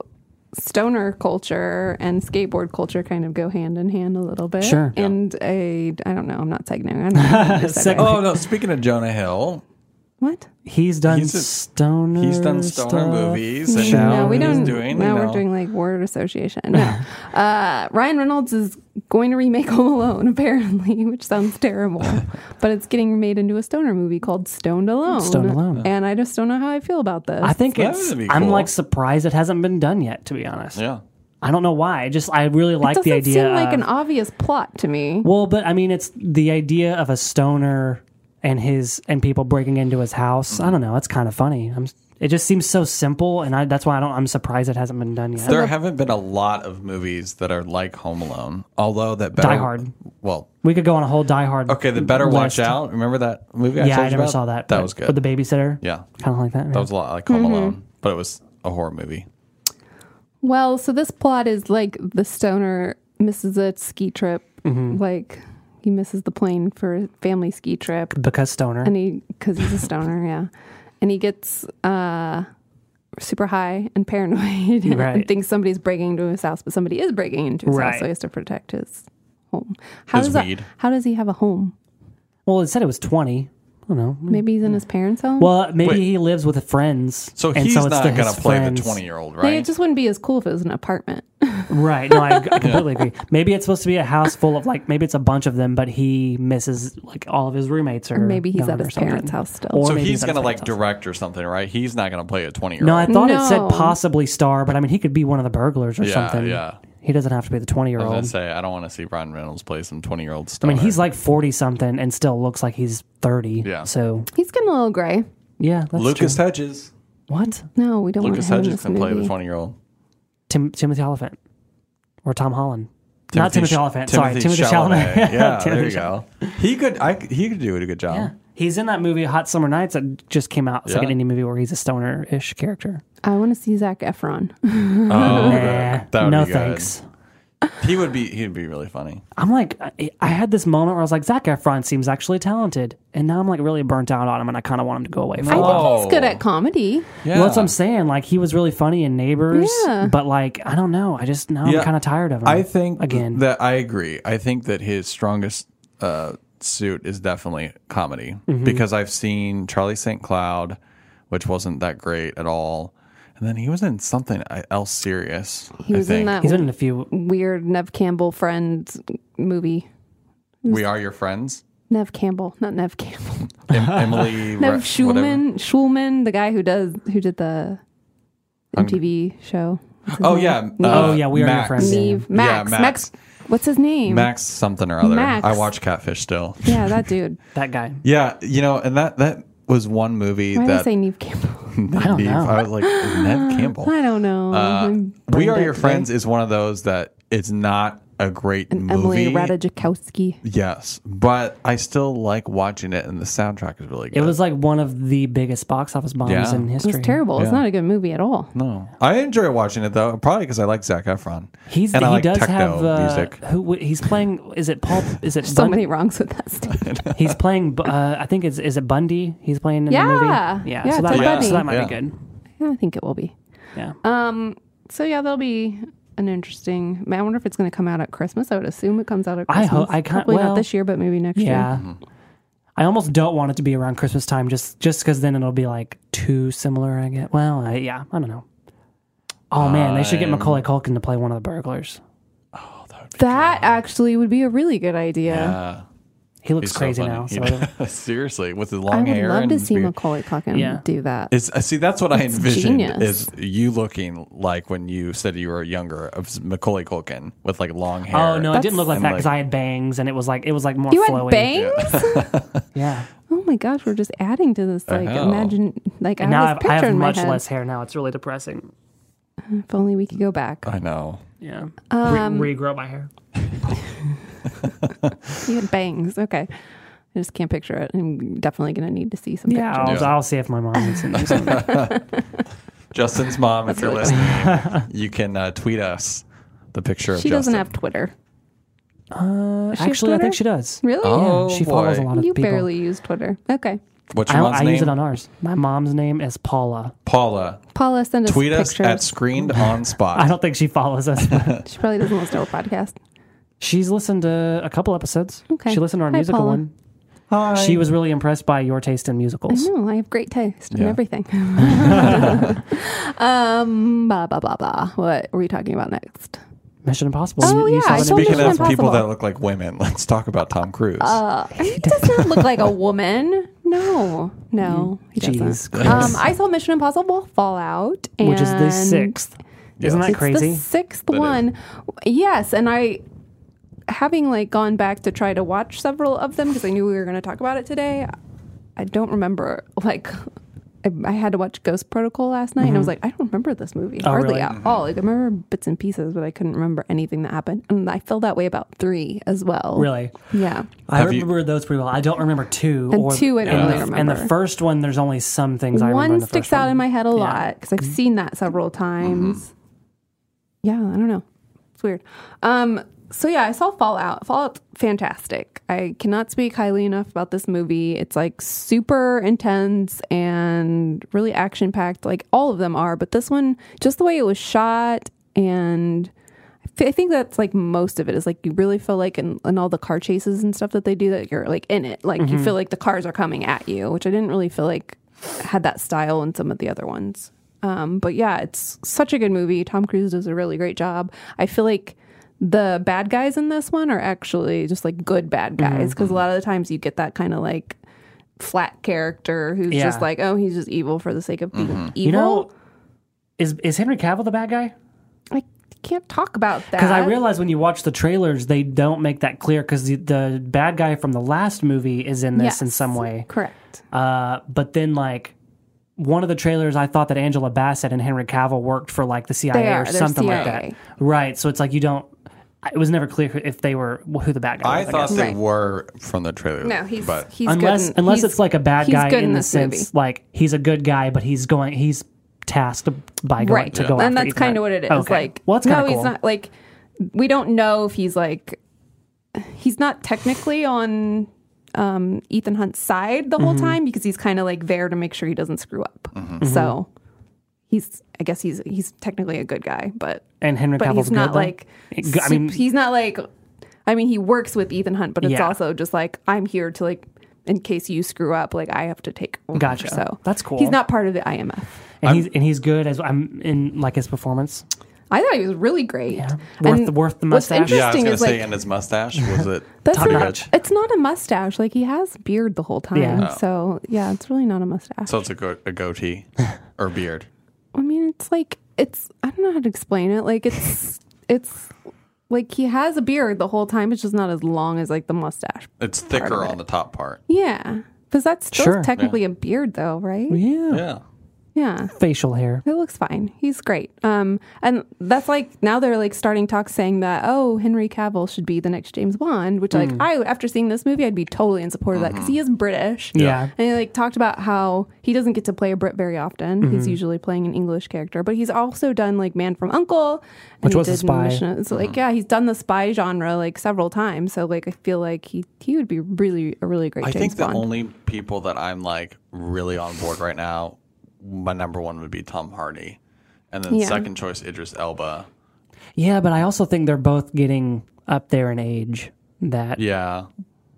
S1: stoner culture and skateboard culture kind of go hand in hand a little bit.
S4: Sure. Yeah.
S1: And a I don't know. I'm not segmenting. I don't know how *laughs* to
S4: Seg-
S1: segue.
S3: Oh no! Speaking of Jonah Hill,
S1: What?
S4: He's done
S3: He's a-
S4: stoner.
S3: he's done
S4: stuff.
S3: stoner movies. And
S4: Shall
S1: no, we
S4: we?
S1: don't.
S3: He's doing,
S1: now
S3: you
S1: we're
S3: know.
S1: doing like word association. No.
S4: *laughs*
S1: uh, Ryan Reynolds is going to remake *laughs* Home Alone, apparently, *laughs* which sounds
S4: *laughs*
S1: terrible, but it's getting made into a stoner movie called Stoned Alone.
S4: Stoned Alone.
S1: And I just don't know how I feel about this.
S4: I think
S3: That
S4: it's.
S3: would be
S4: I'm
S3: cool.
S4: like surprised it hasn't been done yet. To be honest,
S3: Yeah.
S4: I don't know why. I just I really like
S1: doesn't
S4: the idea.
S1: seem like
S4: of,
S1: an obvious plot to me.
S4: well, but I mean, it's the idea of a stoner and his and people breaking into his house. I don't know. It's kind of funny. I'm. It just seems so simple, and I, that's why I don't. I'm surprised it hasn't been done yet.
S3: There haven't been a lot of movies that are like Home Alone, although that better,
S4: Die Hard.
S3: Well,
S4: we could go on a whole Die Hard.
S3: okay, the Better Watch
S4: list.
S3: Out. Remember that movie? I
S4: Yeah,
S3: told
S4: I
S3: you
S4: never
S3: about?
S4: saw that.
S3: That
S4: but-
S3: was good.
S4: With the Mm-hmm. babysitter.
S3: yeah,
S4: kind of like that.
S3: that
S4: yeah.
S3: was a lot like Home Alone, but it was a horror movie.
S1: Well, so this plot is like the stoner misses a ski trip,
S4: Mm-hmm.
S1: like he misses the plane for a family ski trip.
S4: because stoner.
S1: and he because he's a stoner yeah and he gets uh super high and paranoid *laughs* and
S4: Right.
S1: thinks somebody's breaking into his house but somebody is breaking into his house
S4: Right.
S1: so he has to protect his home how
S3: His
S1: does that-
S3: weed.
S1: how does he have a home
S4: Well, it said it was 20. I don't know.
S1: maybe he's in
S3: Mm.
S1: his parents home
S4: Well, maybe
S3: Wait.
S4: he lives with friends.
S3: So
S4: and
S3: he's
S4: so it's
S3: not
S4: the-
S3: going
S4: his
S3: to play
S4: friends.
S3: the 20 year old,
S1: Like,
S3: right?
S1: it just wouldn't be as cool if it was an apartment *laughs*
S4: Right.
S3: *laughs*
S4: No, I, I completely agree. Maybe it's supposed to be a house full of like, maybe it's a bunch of them, but he misses like all of his roommates or.
S1: maybe he's
S4: gone
S1: at
S4: or
S1: his
S4: something.
S1: parents house still
S4: Or
S3: so
S4: maybe
S3: he's
S4: at his
S3: going to like
S4: parents' house.
S3: direct or something, right? He's not going to play a 20 year
S4: No, I
S3: old.
S4: thought it said
S1: No.
S4: possibly star, but I mean, he could be one of the burglars or
S3: Yeah,
S4: something.
S3: yeah.
S4: He doesn't have to be the 20 year
S3: I was going to
S4: old.
S3: say, I don't want to see Ryan Reynolds play some 20 year old
S4: I
S3: stuff.
S4: mean, he's like 40 something and still looks like he's 30.
S3: Yeah.
S4: So,
S1: he's getting a little gray
S4: yeah. That's
S3: Lucas
S4: True.
S3: Hedges.
S4: What?
S1: no we don't
S3: Lucas
S1: want him in
S3: Hedges
S1: this
S3: can play
S1: movie
S3: the 20 year old.
S4: Tim- Timothy Oliphant or Tom Holland. Not
S3: Timothy
S4: Timothy
S3: Sh-
S4: Oliphant. Sorry, Timothy Chalamet. *laughs*
S3: yeah, there
S4: Timothy
S3: you go. He could, I, he could do a good job.
S4: Yeah. Um, He's in that movie Hot Summer Nights that just came out. It's like
S3: Yeah.
S4: an indie movie where he's a stoner ish character.
S1: i want to see zach efron *laughs*
S3: Oh,
S4: Nah,
S3: that, that would
S4: no
S3: be good.
S4: thanks.
S3: He would be, he'd be really funny.
S4: I'm like, I, I had this moment where I was like, Zach Efron seems actually talented. And now I'm like really burnt out on him and I kind of want him to go away. For a
S1: i
S4: while.
S1: think he's good at comedy
S3: Oh, Yeah.
S4: Well, that's what I'm saying. Like, he was really funny in Neighbors.
S1: Yeah.
S4: But like, I don't know. I just, now
S3: Yeah.
S4: I'm kind of tired of him.
S3: I think
S4: Again.
S3: that I agree. I think that his strongest uh, suit is definitely comedy
S4: Mm-hmm.
S3: because I've seen Charlie St. Cloud, which wasn't that great at all, and then he was in something else serious.
S1: he
S3: I
S1: was
S3: think.
S1: in that
S4: he's been in a few.
S1: weird nev campbell friend movie
S3: We Are Your Friends.
S1: Nev Campbell, not Nev Campbell.
S4: *laughs*
S3: Em- Emily
S1: Nev
S3: Re- whatever.
S1: Schulman, Schulman, the guy who does who did the MTV show. What's his
S3: Oh
S1: name?
S3: yeah.
S4: Oh, yeah, We Are Your
S3: Max.
S4: Friends.
S1: Neve,
S3: Yeah,
S1: Max,
S3: Max.
S1: Max. What's his name?
S3: Max something or other.
S1: Max.
S3: I watch Catfish still.
S1: Yeah, that
S3: *laughs*
S1: dude.
S4: That guy.
S3: Yeah, you know, and that that was one movie
S1: Why did I
S3: that *laughs*
S1: say Neve Campbell?
S4: I don't know.
S3: I was
S1: *laughs*
S3: like Ned Campbell.
S1: I don't know. I'm
S3: Uh, We
S1: brain
S3: Are
S1: dead
S3: Your
S1: today.
S3: Friends is one of those that it's not a great
S1: Emily
S3: movie.
S1: Ratajkowski.
S3: Yes, but I still like watching it, and the soundtrack is really good.
S4: It was like one of the biggest box office bombs
S3: Yeah.
S4: in
S1: It
S4: history.
S1: was terrible. It's
S3: Yeah.
S1: not a good movie at all.
S3: no, I enjoy watching it though, probably because I like Zach Efron.
S4: He's
S3: and
S4: he
S3: I like
S4: does
S3: techno
S4: have uh,
S3: music.
S4: who he's playing. Is it Paul?
S3: *laughs*
S4: Is it
S1: So
S4: Bun-
S1: many wrongs with that *laughs* statement.
S4: He's playing. Uh, I think it's is it Bundy. He's playing in
S1: Yeah.
S4: the movie.
S1: Yeah,
S4: so,
S1: Ted
S4: that,
S3: Bundy.
S4: so that might
S3: Yeah.
S4: be good.
S1: yeah, I think it will be.
S4: Yeah.
S1: Um. So yeah, there'll be an interesting. I wonder if it's going to come out at Christmas. I would assume it comes out at
S4: I
S1: Christmas.
S4: hope- I can't-
S1: Probably not
S4: well,
S1: this year, but maybe next year.
S4: yeah.
S3: Mm-hmm.
S4: I almost don't want it to be around Christmas time, just just because then it'll be like too similar. I guess. Well, I, yeah, I don't know. Oh man, they should get Macaulay Culkin to play one of the burglars.
S1: That actually would be a really good idea.
S3: Uh,
S4: He looks
S3: He's so
S4: crazy
S3: funny. *laughs*
S4: now.
S3: He
S4: So
S3: does. seriously, with his
S1: I
S3: long
S1: would
S3: hair
S1: love
S3: and
S1: to
S3: his
S1: see
S3: beard.
S1: Macaulay Culkin
S4: Yeah.
S1: do that.
S3: It's uh, see that's what I
S1: It's
S3: envisioned
S1: genius.
S3: is you looking like when you said you were younger of Macaulay Culkin with like long hair.
S4: oh no, it didn't look like
S3: and
S4: that
S3: like-
S4: because I had bangs and it was like it was like more
S1: you had
S4: flowy.
S1: bangs?
S3: *laughs*
S4: Yeah.
S1: Oh my gosh, we're just adding to this. Like,
S3: know.
S1: imagine, like, I
S4: now
S1: have
S4: I
S1: this
S4: have, I
S1: picture
S4: have
S1: in my
S4: much
S1: head.
S4: less hair now. It's really depressing.
S1: If only we could go
S3: *laughs*
S1: back.
S3: I know.
S4: Yeah.
S1: Um,
S4: Re- regrow my hair.
S1: You had bangs. Okay. I just can't picture it. I'm definitely going to need to see some
S4: Yeah,
S1: pictures.
S4: I'll,
S3: Yeah.
S4: I'll see if my mom needs it.
S3: Justin's mom, if you're listening, you can uh, tweet us the
S1: She
S3: picture of Justin.
S1: doesn't have Twitter. she
S4: Uh,
S1: have
S4: actually, I
S1: Twitter?
S4: think she does.
S1: Really?
S3: Oh,
S4: she follows a
S3: boy.
S4: lot of
S1: you
S4: people.
S1: barely use Twitter. Okay.
S3: What's
S4: I,
S3: your mom's
S4: I
S3: name?
S4: use it on ours. My mom's name is Paula.
S3: Paula.
S1: Paula, send us
S3: Tweet us
S1: pictures.
S3: at screened on spot.
S4: *laughs* I don't think she follows us.
S1: *laughs* She probably doesn't listen to our
S3: *laughs*
S1: podcast.
S4: She's listened to a couple episodes.
S1: Okay.
S4: She listened to our
S1: Hi,
S4: musical
S1: Paula.
S4: one. She was really impressed by your taste in musicals.
S1: No, I have great taste in
S3: Yeah. *laughs*
S1: everything. *laughs* um, blah, blah, blah, blah. What were we talking about next?
S4: Mission Impossible.
S1: Oh, yeah, I told
S4: an
S3: Speaking
S1: Mission
S3: of
S1: Impossible. Uh,
S3: people that look like women, *laughs* let's talk about Tom Cruise.
S1: He does not look like a woman. No, no, he
S4: Mm. Jeez,
S1: doesn't. Um, I saw Mission Impossible Fallout, and
S4: which is the sixth. Isn't that
S1: It's
S4: crazy?
S1: The sixth
S3: is.
S1: one. Yes, and I having like gone back to try to watch several of them because I knew we were going to talk about it today. I don't remember like I, I had to watch Ghost Protocol last night and I was like I don't remember this movie
S4: Mm-hmm. Oh,
S1: hardly
S4: really?
S1: at all. Like I remember bits and pieces, but I couldn't remember anything that happened. And I feel that way about 3 as well.
S4: Really?
S1: Yeah.
S4: I
S3: Have you-
S4: remember those pretty well. I don't remember two.
S1: And
S4: or,
S1: two I don't
S4: and
S1: really
S4: the- And
S1: remember.
S4: the first one, there's only some things I remember.
S1: one
S4: in the
S1: sticks
S4: first
S1: out
S4: one.
S1: in my head a
S4: Yeah.
S1: lot because I've seen that several times. Yeah, I don't know. It's weird. Um, so yeah, I saw Fallout. Fallout's fantastic. I cannot speak highly enough about this movie. It's like super intense and really action packed, like all of them are. But this one, just the way it was shot and I think that's like most of it is like you really feel like in, in all the car chases and stuff that they do that you're like in it like
S4: Mm-hmm.
S1: you feel like the cars are coming at you which i didn't really feel like had that style in some of the other ones um, but yeah it's such a good movie tom cruise does a really great job i feel like the bad guys in this one are actually just like good bad
S4: Mm-hmm.
S1: guys because a lot of the times you get that kind of like flat character who's
S4: Yeah. Mm-hmm.
S1: just like oh he's just evil for the sake of being evil
S4: You know, is is Henry Cavill the bad guy?
S1: i can't talk about that
S4: Because I realize when you watch the trailers, they don't make that clear. Because the, the bad guy from the last movie is in this in
S1: Yes.
S4: some way.
S1: correct
S4: Uh, but then like one of the trailers, I thought that Angela Bassett and Henry Cavill worked for like the CIA
S1: They are,
S4: or
S1: they're
S4: something like
S1: CIA.
S4: that. Right. So it's like you don't. It was never clear who- if they were who the bad guy.
S3: I
S4: was,
S3: thought
S4: guess.
S3: they
S1: Right.
S3: were from the trailer.
S1: no he's
S3: but
S1: he's
S4: unless
S1: good in-
S4: unless
S1: he's-
S4: it's like a bad
S1: he's
S4: guy
S1: good
S4: in,
S1: in
S4: the
S1: this
S4: sense
S1: movie.
S4: like he's a good guy, but he's going he's tasked by going
S1: right
S4: to go
S1: and
S4: after
S1: that's
S4: Ethan
S1: kind of what
S4: Hunt.
S1: it is
S4: Okay.
S1: like
S4: well, it's
S1: no
S4: kind of cool.
S1: he's not like we don't know if he's like he's not technically on um, ethan hunt's side the
S4: Mm-hmm.
S1: whole time because he's kind of like there to make sure he doesn't screw up so
S4: Mm-hmm.
S1: he's i guess he's he's technically a good guy but
S4: And Henry
S1: but
S4: Cavill's
S1: he's not
S4: good, though?
S1: like
S4: G- I
S1: sup-
S4: mean-
S1: he's not like i mean he works with ethan hunt but it's
S4: Yeah.
S1: also just like i'm here to like in case you screw up like i have to take over.
S4: Gotcha.
S1: so
S4: That's cool.
S1: he's not part of the imf
S4: and he's and he's good as I'm in like his performance.
S1: I thought he was really great.
S4: Worth the- worth the mustache.
S1: What's
S3: yeah, I was
S1: interesting
S3: gonna
S1: is
S3: say,
S1: like
S3: and his mustache
S1: *laughs*
S3: was it
S1: that's
S4: Top
S1: not,
S3: notch.
S1: it's not a mustache. Like he has beard the whole time.
S4: Yeah.
S1: So yeah, it's really not a mustache.
S3: So it's a, go- a goatee or beard.
S1: I mean, it's like it's I don't know how to explain it. Like it's it's like he has a beard the whole time. It's just not as long as like the mustache.
S3: It's thicker on the top part.
S1: Yeah, because that's still
S4: Sure.
S1: technically a beard though, right?
S4: Yeah.
S3: Yeah.
S1: Yeah.
S4: Facial hair.
S1: It looks fine. He's great. Um, and that's like now they're like starting talks saying that oh Henry Cavill should be the next James Bond, which
S4: Mm.
S1: like I after seeing this movie I'd be totally in support of that
S3: Mm-hmm.
S1: because he is British.
S4: Yeah.
S1: and he like talked about how he doesn't get to play a Brit very often.
S4: Mm-hmm.
S1: He's usually playing an English character, but he's also done like Man from Uncle, and
S4: Which
S1: he
S4: was a
S1: did
S4: spy.
S1: Mission- So
S3: Mm-hmm.
S1: like yeah, he's done the spy genre like several times. So like I feel like he he would be really a really great
S3: I
S1: James
S3: think the
S1: Bond.
S3: only people that I'm like really on board right now, my number one would be Tom Hardy, and then
S1: Yeah.
S3: second choice Idris Elba.
S4: Yeah, but I also think they're both getting up there in age. That
S3: Yeah,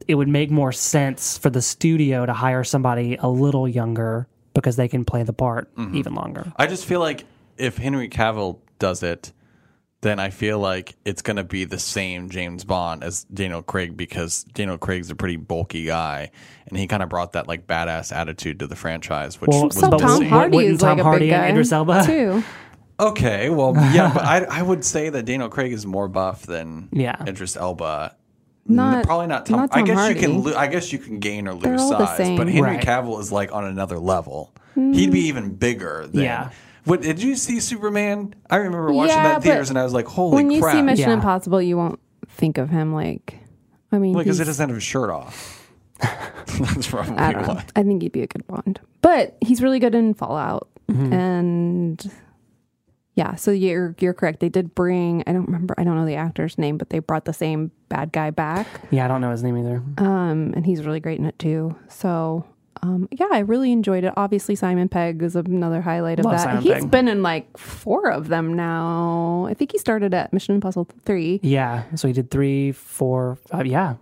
S4: it would make more sense for the studio to hire somebody a little younger because Mm-hmm. they can play the part even longer.
S3: I just feel like if Henry Cavill does it, then I feel like it's going to be the same James Bond as Daniel Craig because Daniel Craig's a pretty bulky guy and he kind of brought that like badass attitude to the franchise, which
S4: Well,
S3: was
S1: So
S4: but
S1: Tom
S3: missing.
S4: wouldn't-
S1: Hardy
S4: wouldn't
S1: is
S4: Tom
S1: like a
S4: Hardy
S1: big
S4: and
S1: guy
S4: Idris Elba? *laughs*
S1: too.
S3: Okay, well, yeah, but I, I would say that Daniel Craig is more buff than
S4: Yeah.
S3: Idris Elba.
S1: Not
S3: Probably not Tom.
S1: Not
S3: I guess you can.
S1: Hardy.
S3: Lo- I guess you can gain or lose
S1: all the
S3: size,
S1: same. Mm.
S3: but Henry
S4: Right.
S3: Cavill is like on another level. He'd be even bigger. Than,
S4: Yeah.
S3: What did you see Superman? I remember watching
S1: Yeah,
S3: that in theaters
S1: but
S3: and I was like, holy
S1: when you
S3: crap!
S1: see Mission
S4: Yeah.
S1: Impossible, you won't think of him like. I mean,
S3: because it
S1: he's-
S3: doesn't have his
S1: *laughs*
S3: shirt off. *laughs* That's probably
S1: I don't know.
S3: why.
S1: I think he'd be a good Bond, but he's really good in Fallout,
S4: Mm-hmm.
S1: and yeah. So you're you're correct. They did bring. I don't remember. I don't know the actor's name, but they brought the same bad guy back,
S4: Yeah, I don't know his name either.
S1: um, and he's really great in it too. So. Um, yeah, I really enjoyed it. Obviously, Simon Pegg is another highlight of
S4: Love
S1: that.
S4: Simon
S1: He's
S4: Pegg.
S1: been in like four of them now. I think he started at Mission Impossible Three.
S4: Yeah, so he did three, four, five. Yeah.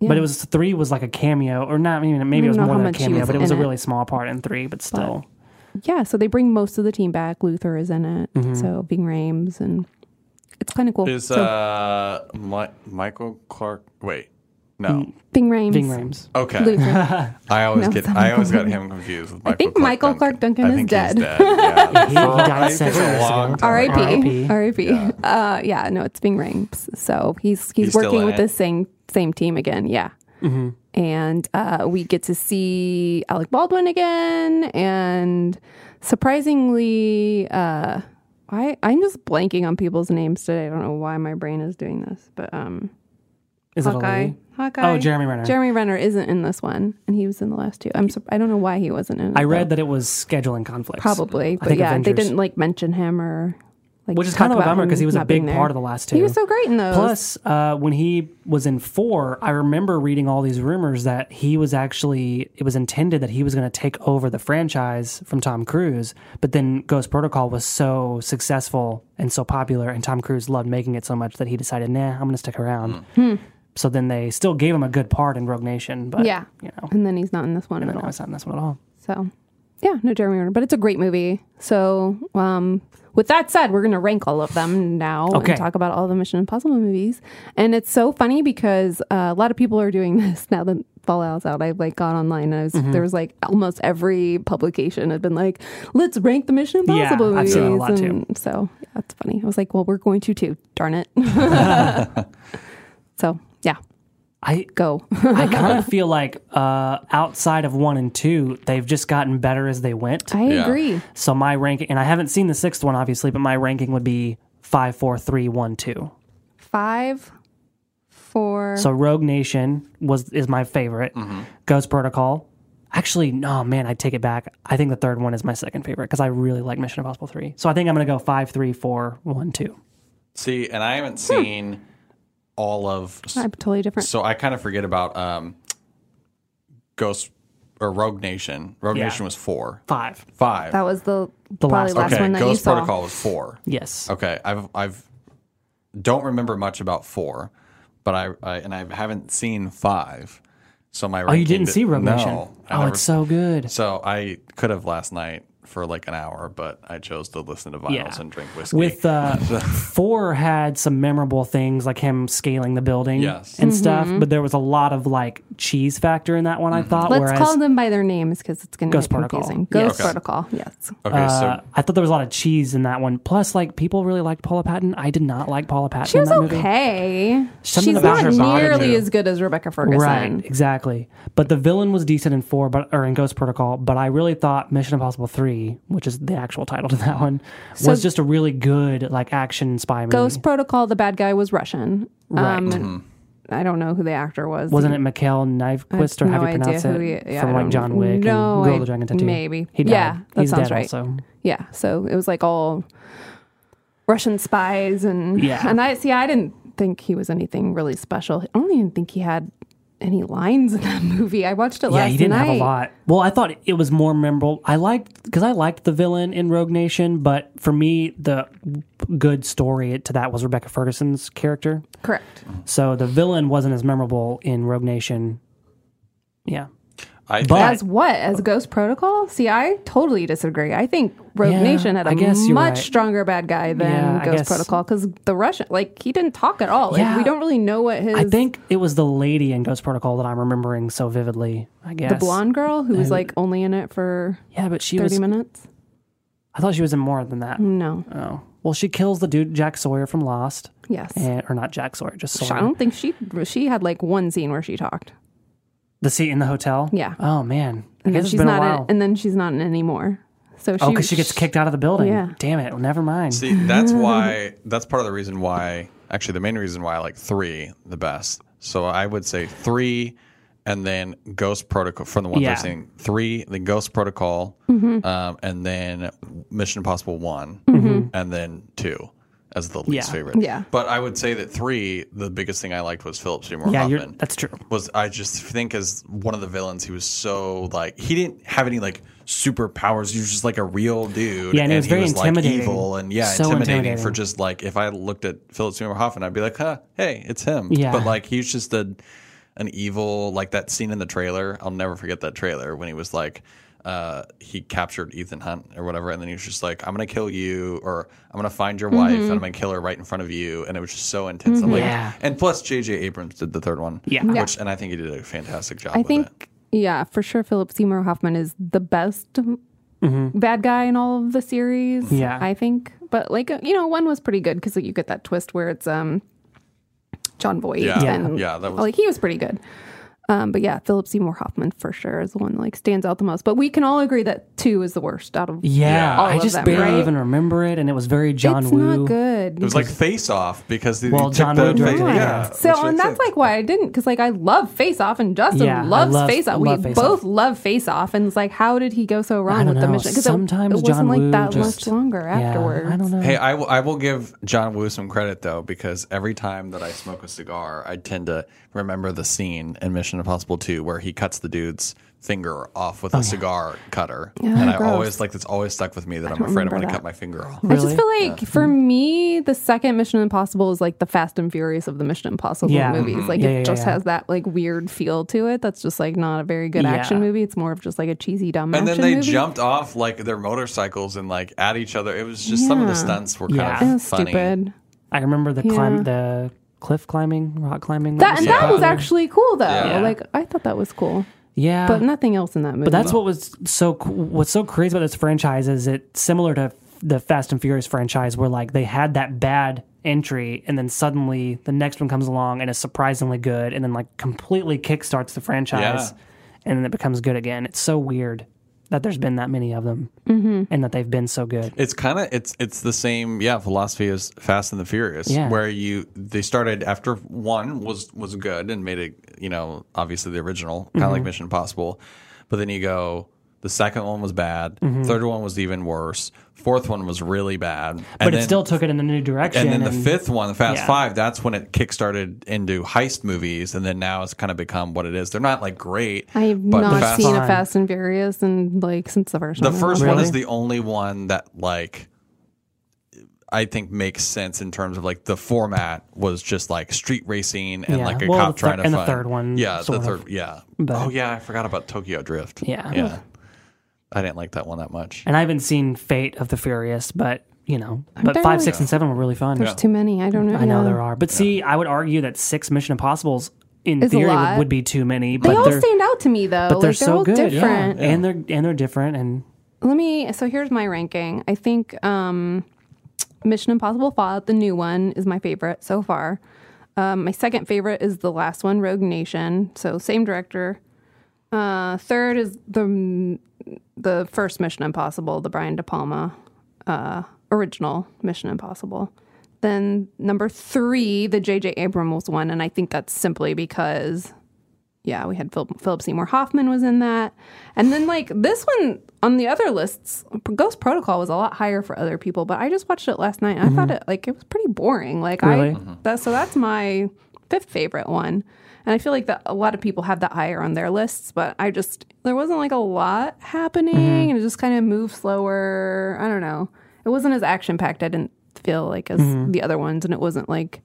S1: Yeah.
S4: But it was three was like a cameo, or not. I mean, maybe it was
S1: don't know how
S4: more than a
S1: much he
S4: cameo,
S1: was
S4: but it was a
S1: in it.
S4: really small part in three. But still,
S1: yeah, so they bring most of the team back. Luther is in it,
S4: Mm-hmm.
S1: so Bing Rames, and it's kind of cool.
S3: Is
S1: so,
S3: uh, Mi- Michael Clark? Wait, no.
S1: Bing Rames,
S4: Bing Rames.
S3: Okay,
S1: Luther.
S3: I always
S1: Mm. No,
S3: get
S1: it's not
S3: I always got him confused with Michael.
S1: think Michael Clark Duncan
S3: I
S1: is
S3: think
S1: dead.
S3: He's dead. Yeah,
S1: *laughs*
S4: *laughs* he died
S3: I think
S4: several
S3: a
S4: years
S3: long
S4: ago.
S3: time
S1: R.I.P.
S4: R.I.P..
S1: R.I.P. Uh, yeah, no, it's Bing Rames. So he's he's,
S3: He's still
S1: working
S3: in
S1: with
S3: it?
S1: the same same team again. Yeah.
S4: Mm-hmm.
S1: And uh, we get to see Alec Baldwin again, and surprisingly, uh, I I'm just blanking on people's names today. I don't know why my brain is doing this, but um,
S4: Is it a
S1: Hawkeye.
S4: lady?
S1: Hawkeye.
S4: Oh, Jeremy Renner.
S1: Jeremy Renner isn't in this one, and he was in the last two. I'm sur- I don't know why he wasn't in. It,
S4: I read
S1: though.
S4: that it was scheduling conflicts.
S1: probably,
S4: I
S1: but
S4: think
S1: yeah,
S4: Avengers.
S1: they didn't like mention him or like
S4: Which is
S1: talk
S4: kind of a
S1: about
S4: bummer
S1: him
S4: 'cause he was a
S1: not being
S4: big
S1: there.
S4: part of the last
S1: He
S4: two.
S1: was so great in those.
S4: Plus, uh, when he was in four, I remember reading all these rumors that he was actually, it was intended that he was going to take over the franchise from Tom Cruise. But then Ghost Protocol was so successful and so popular, and Tom Cruise loved making it so much that he decided, nah, I'm going to stick around. So then they still gave him a good part in Rogue Nation. But,
S1: yeah,
S4: you know,
S1: and then he's not in this one at
S4: no,
S1: all.
S4: it's not in this one at all.
S1: So, yeah, no Jeremy Renner, but it's a great movie. So, um, with that said, we're going to rank all of them now
S4: Okay.
S1: and talk about all the Mission Impossible movies. And it's so funny because uh, a lot of people are doing *laughs* this now that Fallout's out. I like got online and I was,
S4: Mm-hmm.
S1: there was like almost every publication had been like, "Let's rank the Mission
S4: Yeah,
S1: Impossible
S4: I've
S1: movies."
S4: seen it a lot, too.
S1: and so yeah, that's funny. I was like, "Well, we're going to too." Darn
S4: *laughs*
S1: it. so yeah,
S4: I,
S1: go. *laughs*
S4: I kind of feel like uh, outside of one and two, they've just gotten better as they went.
S1: I
S3: Yeah.
S1: agree.
S4: So my ranking, and I haven't seen the sixth one, obviously, but my ranking would be five, four, three, one, two.
S1: Five, four.
S4: So Rogue Nation was is my favorite.
S3: Mm-hmm.
S4: Ghost Protocol. Actually, no, man, I take it back. I think the third one is my second favorite because I really like Mission Impossible three. So I think I'm gonna go five, three, four, one, two.
S3: See, and I
S1: Hmm.
S3: haven't seen all of,
S1: I'm totally different.
S3: so I kind of forget about um, Ghost or Rogue Nation. Rogue
S4: Yeah.
S3: Nation was four,
S4: Five.
S3: five.
S1: That was the,
S4: The
S1: probably
S4: last
S1: last,
S3: okay,
S1: one that you
S3: Ghost
S1: saw.
S3: Protocol was four.
S4: Yes.
S3: Okay, I've I've don't remember much about four, but I, I and I haven't seen five. So my
S4: Oh, you didn't see Rogue
S3: no,
S4: Nation?
S3: I
S4: oh,
S3: never-
S4: it's so good.
S3: So I could have last night for like an hour, but I chose to listen to vinyls
S4: Yeah.
S3: and drink whiskey. *laughs*
S4: With uh, four had some memorable things like him scaling the building
S3: Yes.
S4: and stuff, but there was a lot of like cheese factor in that one.
S3: Mm-hmm.
S4: I thought.
S1: Mm-hmm. Let's
S4: whereas
S1: call them by their names because it's going to
S4: Ghost
S1: get
S4: Protocol.
S1: confusing.
S4: Yes.
S1: Ghost
S3: Okay.
S1: Protocol, yes.
S3: okay,
S4: Uh,
S3: so
S4: I thought there was a lot of cheese in that one. Plus, like people really liked Paula Patton. I did not like Paula Patton
S1: She
S4: in
S1: was
S4: that movie.
S1: okay.
S4: Something
S1: She's not
S4: about her body,
S1: nearly
S3: too.
S1: as good as Rebecca Ferguson.
S4: Right, exactly. But the villain was decent in four, but or in Ghost Protocol. But I really thought Mission Impossible Three, which is the actual title to that one, was just a really good like action spy movie.
S1: Ghost Protocol, the bad guy was Russian.
S4: Right.
S1: Um, I don't know who the actor was.
S4: Wasn't it Mikhail Nyquist or
S1: no
S4: how do you
S1: idea
S4: pronounce
S1: who
S4: it?
S1: he- yeah, I
S4: From like
S1: don't-
S4: John Wick
S1: No,
S4: and Girl
S1: I-
S4: with the Dragon Tattoo.
S1: maybe.
S4: He died.
S1: Yeah, that
S4: He's
S1: sounds
S4: dead
S1: right.
S4: also.
S1: Yeah, so it was like all Russian spies and
S4: Yeah.
S1: And I see, I didn't think he was anything really special. I don't even think he had any lines in that *laughs* movie. I watched it
S4: Yeah,
S1: last
S4: he didn't
S1: night.
S4: have a lot. Well, I thought it was more memorable. I liked because I liked the villain in Rogue Nation, but for me, the good story to that was Rebecca Ferguson's character.
S1: Correct.
S4: So the villain wasn't as memorable in Rogue Nation. Yeah,
S3: I
S4: But-
S1: As what? As Ghost Protocol? See, I totally disagree. I think Rogue
S4: Yeah,
S1: Nation had a
S4: I guess you're
S1: much
S4: right.
S1: stronger bad guy than
S4: Yeah, I
S1: Ghost
S4: guess-
S1: Protocol because the Russian, like, he didn't talk at all. Like,
S4: Yeah.
S1: we don't really know what his
S4: I think it was the lady in Ghost Protocol that I'm remembering so vividly. I guess
S1: the blonde girl who was like only in it for
S4: Yeah, but she
S1: thirty
S4: was.
S1: minutes.
S4: I thought she was in more than that.
S1: No,
S4: Oh well, she kills the dude Jack Sawyer from Lost,
S1: yes,
S4: and, or not Jack Sawyer, just Sawyer.
S1: I don't think she she had like one scene where she talked.
S4: The seat in the hotel.
S1: Yeah.
S4: Oh man, I
S1: And
S4: guess
S1: then
S4: it's
S1: she's
S4: been a
S1: not
S4: while.
S1: in, and then she's not in anymore. So she,
S4: oh, because she gets kicked out of the building.
S1: Yeah.
S4: Damn it. Well, never mind.
S3: See,
S1: *laughs*
S3: that's why. That's part of the reason why. Actually, the main reason why I like three the best. So I would say three, and then Ghost Protocol from the ones
S4: Yeah.
S3: I've seen. Three, then Ghost Protocol, um, and then Mission Impossible One, and then two as the least
S4: Yeah.
S3: favorite.
S1: Yeah.
S3: But I would say that three, the biggest thing I liked was Philip Seymour
S4: yeah, you're,
S3: Hoffman
S4: that's true.
S3: was I just think as one of the villains, he was so like he didn't have any like superpowers. He was just like a real dude.
S4: Yeah, and he was very intimidating.
S3: Like, evil and yeah,
S4: So
S3: intimidating,
S4: intimidating.
S3: for just like if I looked at Philip Seymour Hoffman, I'd be like, huh, hey, it's him.
S4: Yeah.
S3: but like he's just a an evil like that scene in the trailer. I'll never forget that trailer when he was like. Uh, he captured Ethan Hunt or whatever, and then he was just like, "I'm gonna kill you," or "I'm gonna find your wife and I'm gonna kill her right in front of you," and it was just so intense. I'm like,
S4: Mm-hmm. Yeah.
S3: and plus, J.J. Abrams did the third one.
S4: Yeah.
S1: Yeah.
S3: Which, and I think he did a fantastic job
S1: I
S3: with
S1: think
S3: it.
S1: yeah, for sure. Philip Seymour Hoffman is the best bad guy in all of the series.
S4: Mm-hmm. Yeah.
S1: I think. But like you know, one was pretty good because you get that twist where it's um John Boyd.
S3: Yeah.
S4: Yeah.
S1: and,
S3: Yeah, that was-
S1: like he was pretty good. Um, but yeah, Philip Seymour Hoffman for sure is the one that like stands out the most. But we can all agree that two is the worst out of
S4: Yeah,
S1: all
S4: I
S1: of
S4: just
S1: them,
S4: barely
S1: right?
S4: even remember it, and it was very John
S1: it's
S4: Woo.
S1: not good.
S3: It was like Face Off because they
S4: Well,
S3: took
S4: John
S3: the
S4: Woo directed
S3: face-
S4: it,
S3: yeah.
S4: yeah.
S1: So
S3: which
S1: and
S3: makes
S1: that's
S3: sense.
S1: like why I didn't because like I love Face Off and Justin
S4: Yeah, I
S1: loves
S4: love-
S1: Face Off. We
S4: love Face
S1: both
S4: Off.
S1: love Face Off and it's like how did he go so
S4: I
S1: wrong
S4: don't
S1: with the
S4: know.
S1: mission? it-
S4: Sometimes
S1: it, wasn't
S4: John Woo
S1: like that
S4: just-
S1: much longer
S4: Yeah,
S1: afterwards.
S4: I don't know.
S3: Hey, I will- I will give John Woo some credit though because every time that I smoke a cigar, I tend to remember the scene in Mission Impossible 2 where he cuts the dude's finger off
S4: Oh,
S3: with a cigar cutter, and I
S1: gross.
S3: always like it's always stuck with me that I'm afraid I'm
S1: remember
S3: going to
S1: that.
S3: cut my finger off.
S1: I just feel like for me, the second Mission Impossible is like the Fast and Furious of the Mission Impossible
S4: Yeah.
S3: Mm-hmm.
S1: movies. Like
S4: Yeah,
S1: it
S4: yeah,
S1: just
S4: yeah.
S1: has that like weird feel to it. That's just like not a very good
S4: Yeah.
S1: action movie. It's more of just like a cheesy dumb
S3: And then
S1: action
S3: they
S1: movie.
S3: jumped off like their motorcycles and like at each other. It was just some of the
S1: Yeah.
S3: stunts were
S4: Yeah.
S3: kind
S1: It
S3: of
S1: was
S3: funny.
S1: stupid.
S4: I remember the climb,
S1: Yeah.
S4: the cliff climbing, rock climbing.
S1: That and
S4: so
S1: that was
S4: popular.
S1: actually cool though.
S3: Yeah.
S1: Like I thought that was cool,
S4: yeah.
S1: but nothing else in that movie.
S4: But that's what was so co- what's so crazy about this franchise is it similar to the Fast and Furious franchise where like they had that bad entry and then suddenly the next one comes along and is surprisingly good and then like completely kickstarts the franchise
S3: Yeah.
S4: and then it becomes good again. It's so weird that there's been that many of them and that they've been so good.
S3: It's kind of it's it's the same yeah philosophy as Fast and the Furious
S4: Yeah.
S3: where you they started after one was was good and made it you know obviously the original kind of
S4: Mm-hmm.
S3: like Mission Impossible, but then you go the second one was bad,
S4: Mm-hmm.
S3: third one was even worse, fourth one was really bad, and
S4: But it
S3: then-
S4: still took it in a new direction.
S3: and then the fifth one, the Fast
S4: Yeah.
S3: Five, that's when it kickstarted into heist movies, and then now it's kind of become what it is. They're not like great.
S1: I have
S3: but
S1: not
S3: Fast-
S1: seen
S4: Fine.
S1: a Fast and Furious and like since the first
S3: The
S1: one.
S3: first one is
S4: Really?
S3: the only one that like I think makes sense in terms of like the format was just like street racing and
S4: Yeah.
S3: like a
S4: Well,
S3: cop
S4: the thir-
S3: trying to
S4: and the
S3: find-
S4: third one,
S3: Yeah, the
S4: sort of.
S3: third yeah.
S4: But-
S3: oh yeah, I forgot about Tokyo Drift.
S4: Yeah.
S3: Yeah. I didn't like that one that much.
S4: and I haven't seen Fate of the Furious, but you know, but
S1: there
S4: five,
S1: like-
S4: six, and seven were really fun.
S1: There's too many. I don't know.
S4: I know
S1: yeah.
S4: there are, but see, I would argue that six Mission Impossibles in
S1: Is a
S4: theory would,
S1: lot.
S4: would be too many. But
S1: They all
S4: they're,
S1: stand out to me though.
S4: but they're
S1: like they're
S4: so
S1: all
S4: good, yeah.
S1: different.
S4: and they're and they're different. And
S1: Let me. So here's my ranking. I think um, Mission Impossible Fallout, the new one, is my favorite so far. Um, my second favorite is the last one, Rogue Nation. So same director. Uh, third is the the first Mission Impossible, the Brian De Palma uh, original Mission Impossible. Then number three, the J.J. Abrams one, and I think that's simply because yeah, we had Phil- Philip Seymour Hoffman was in that, and then like this one on the other lists, Ghost Protocol was a lot higher for other people, but I just watched it last night. and I thought it like it was pretty boring. Like
S4: Really?
S1: I that so that's my fifth favorite one, and I feel like that a lot of people have that higher on their lists, but I just there wasn't like a lot happening, and it just kind of moved slower. I don't know. It wasn't as action packed. I didn't feel like as the other ones, and it wasn't like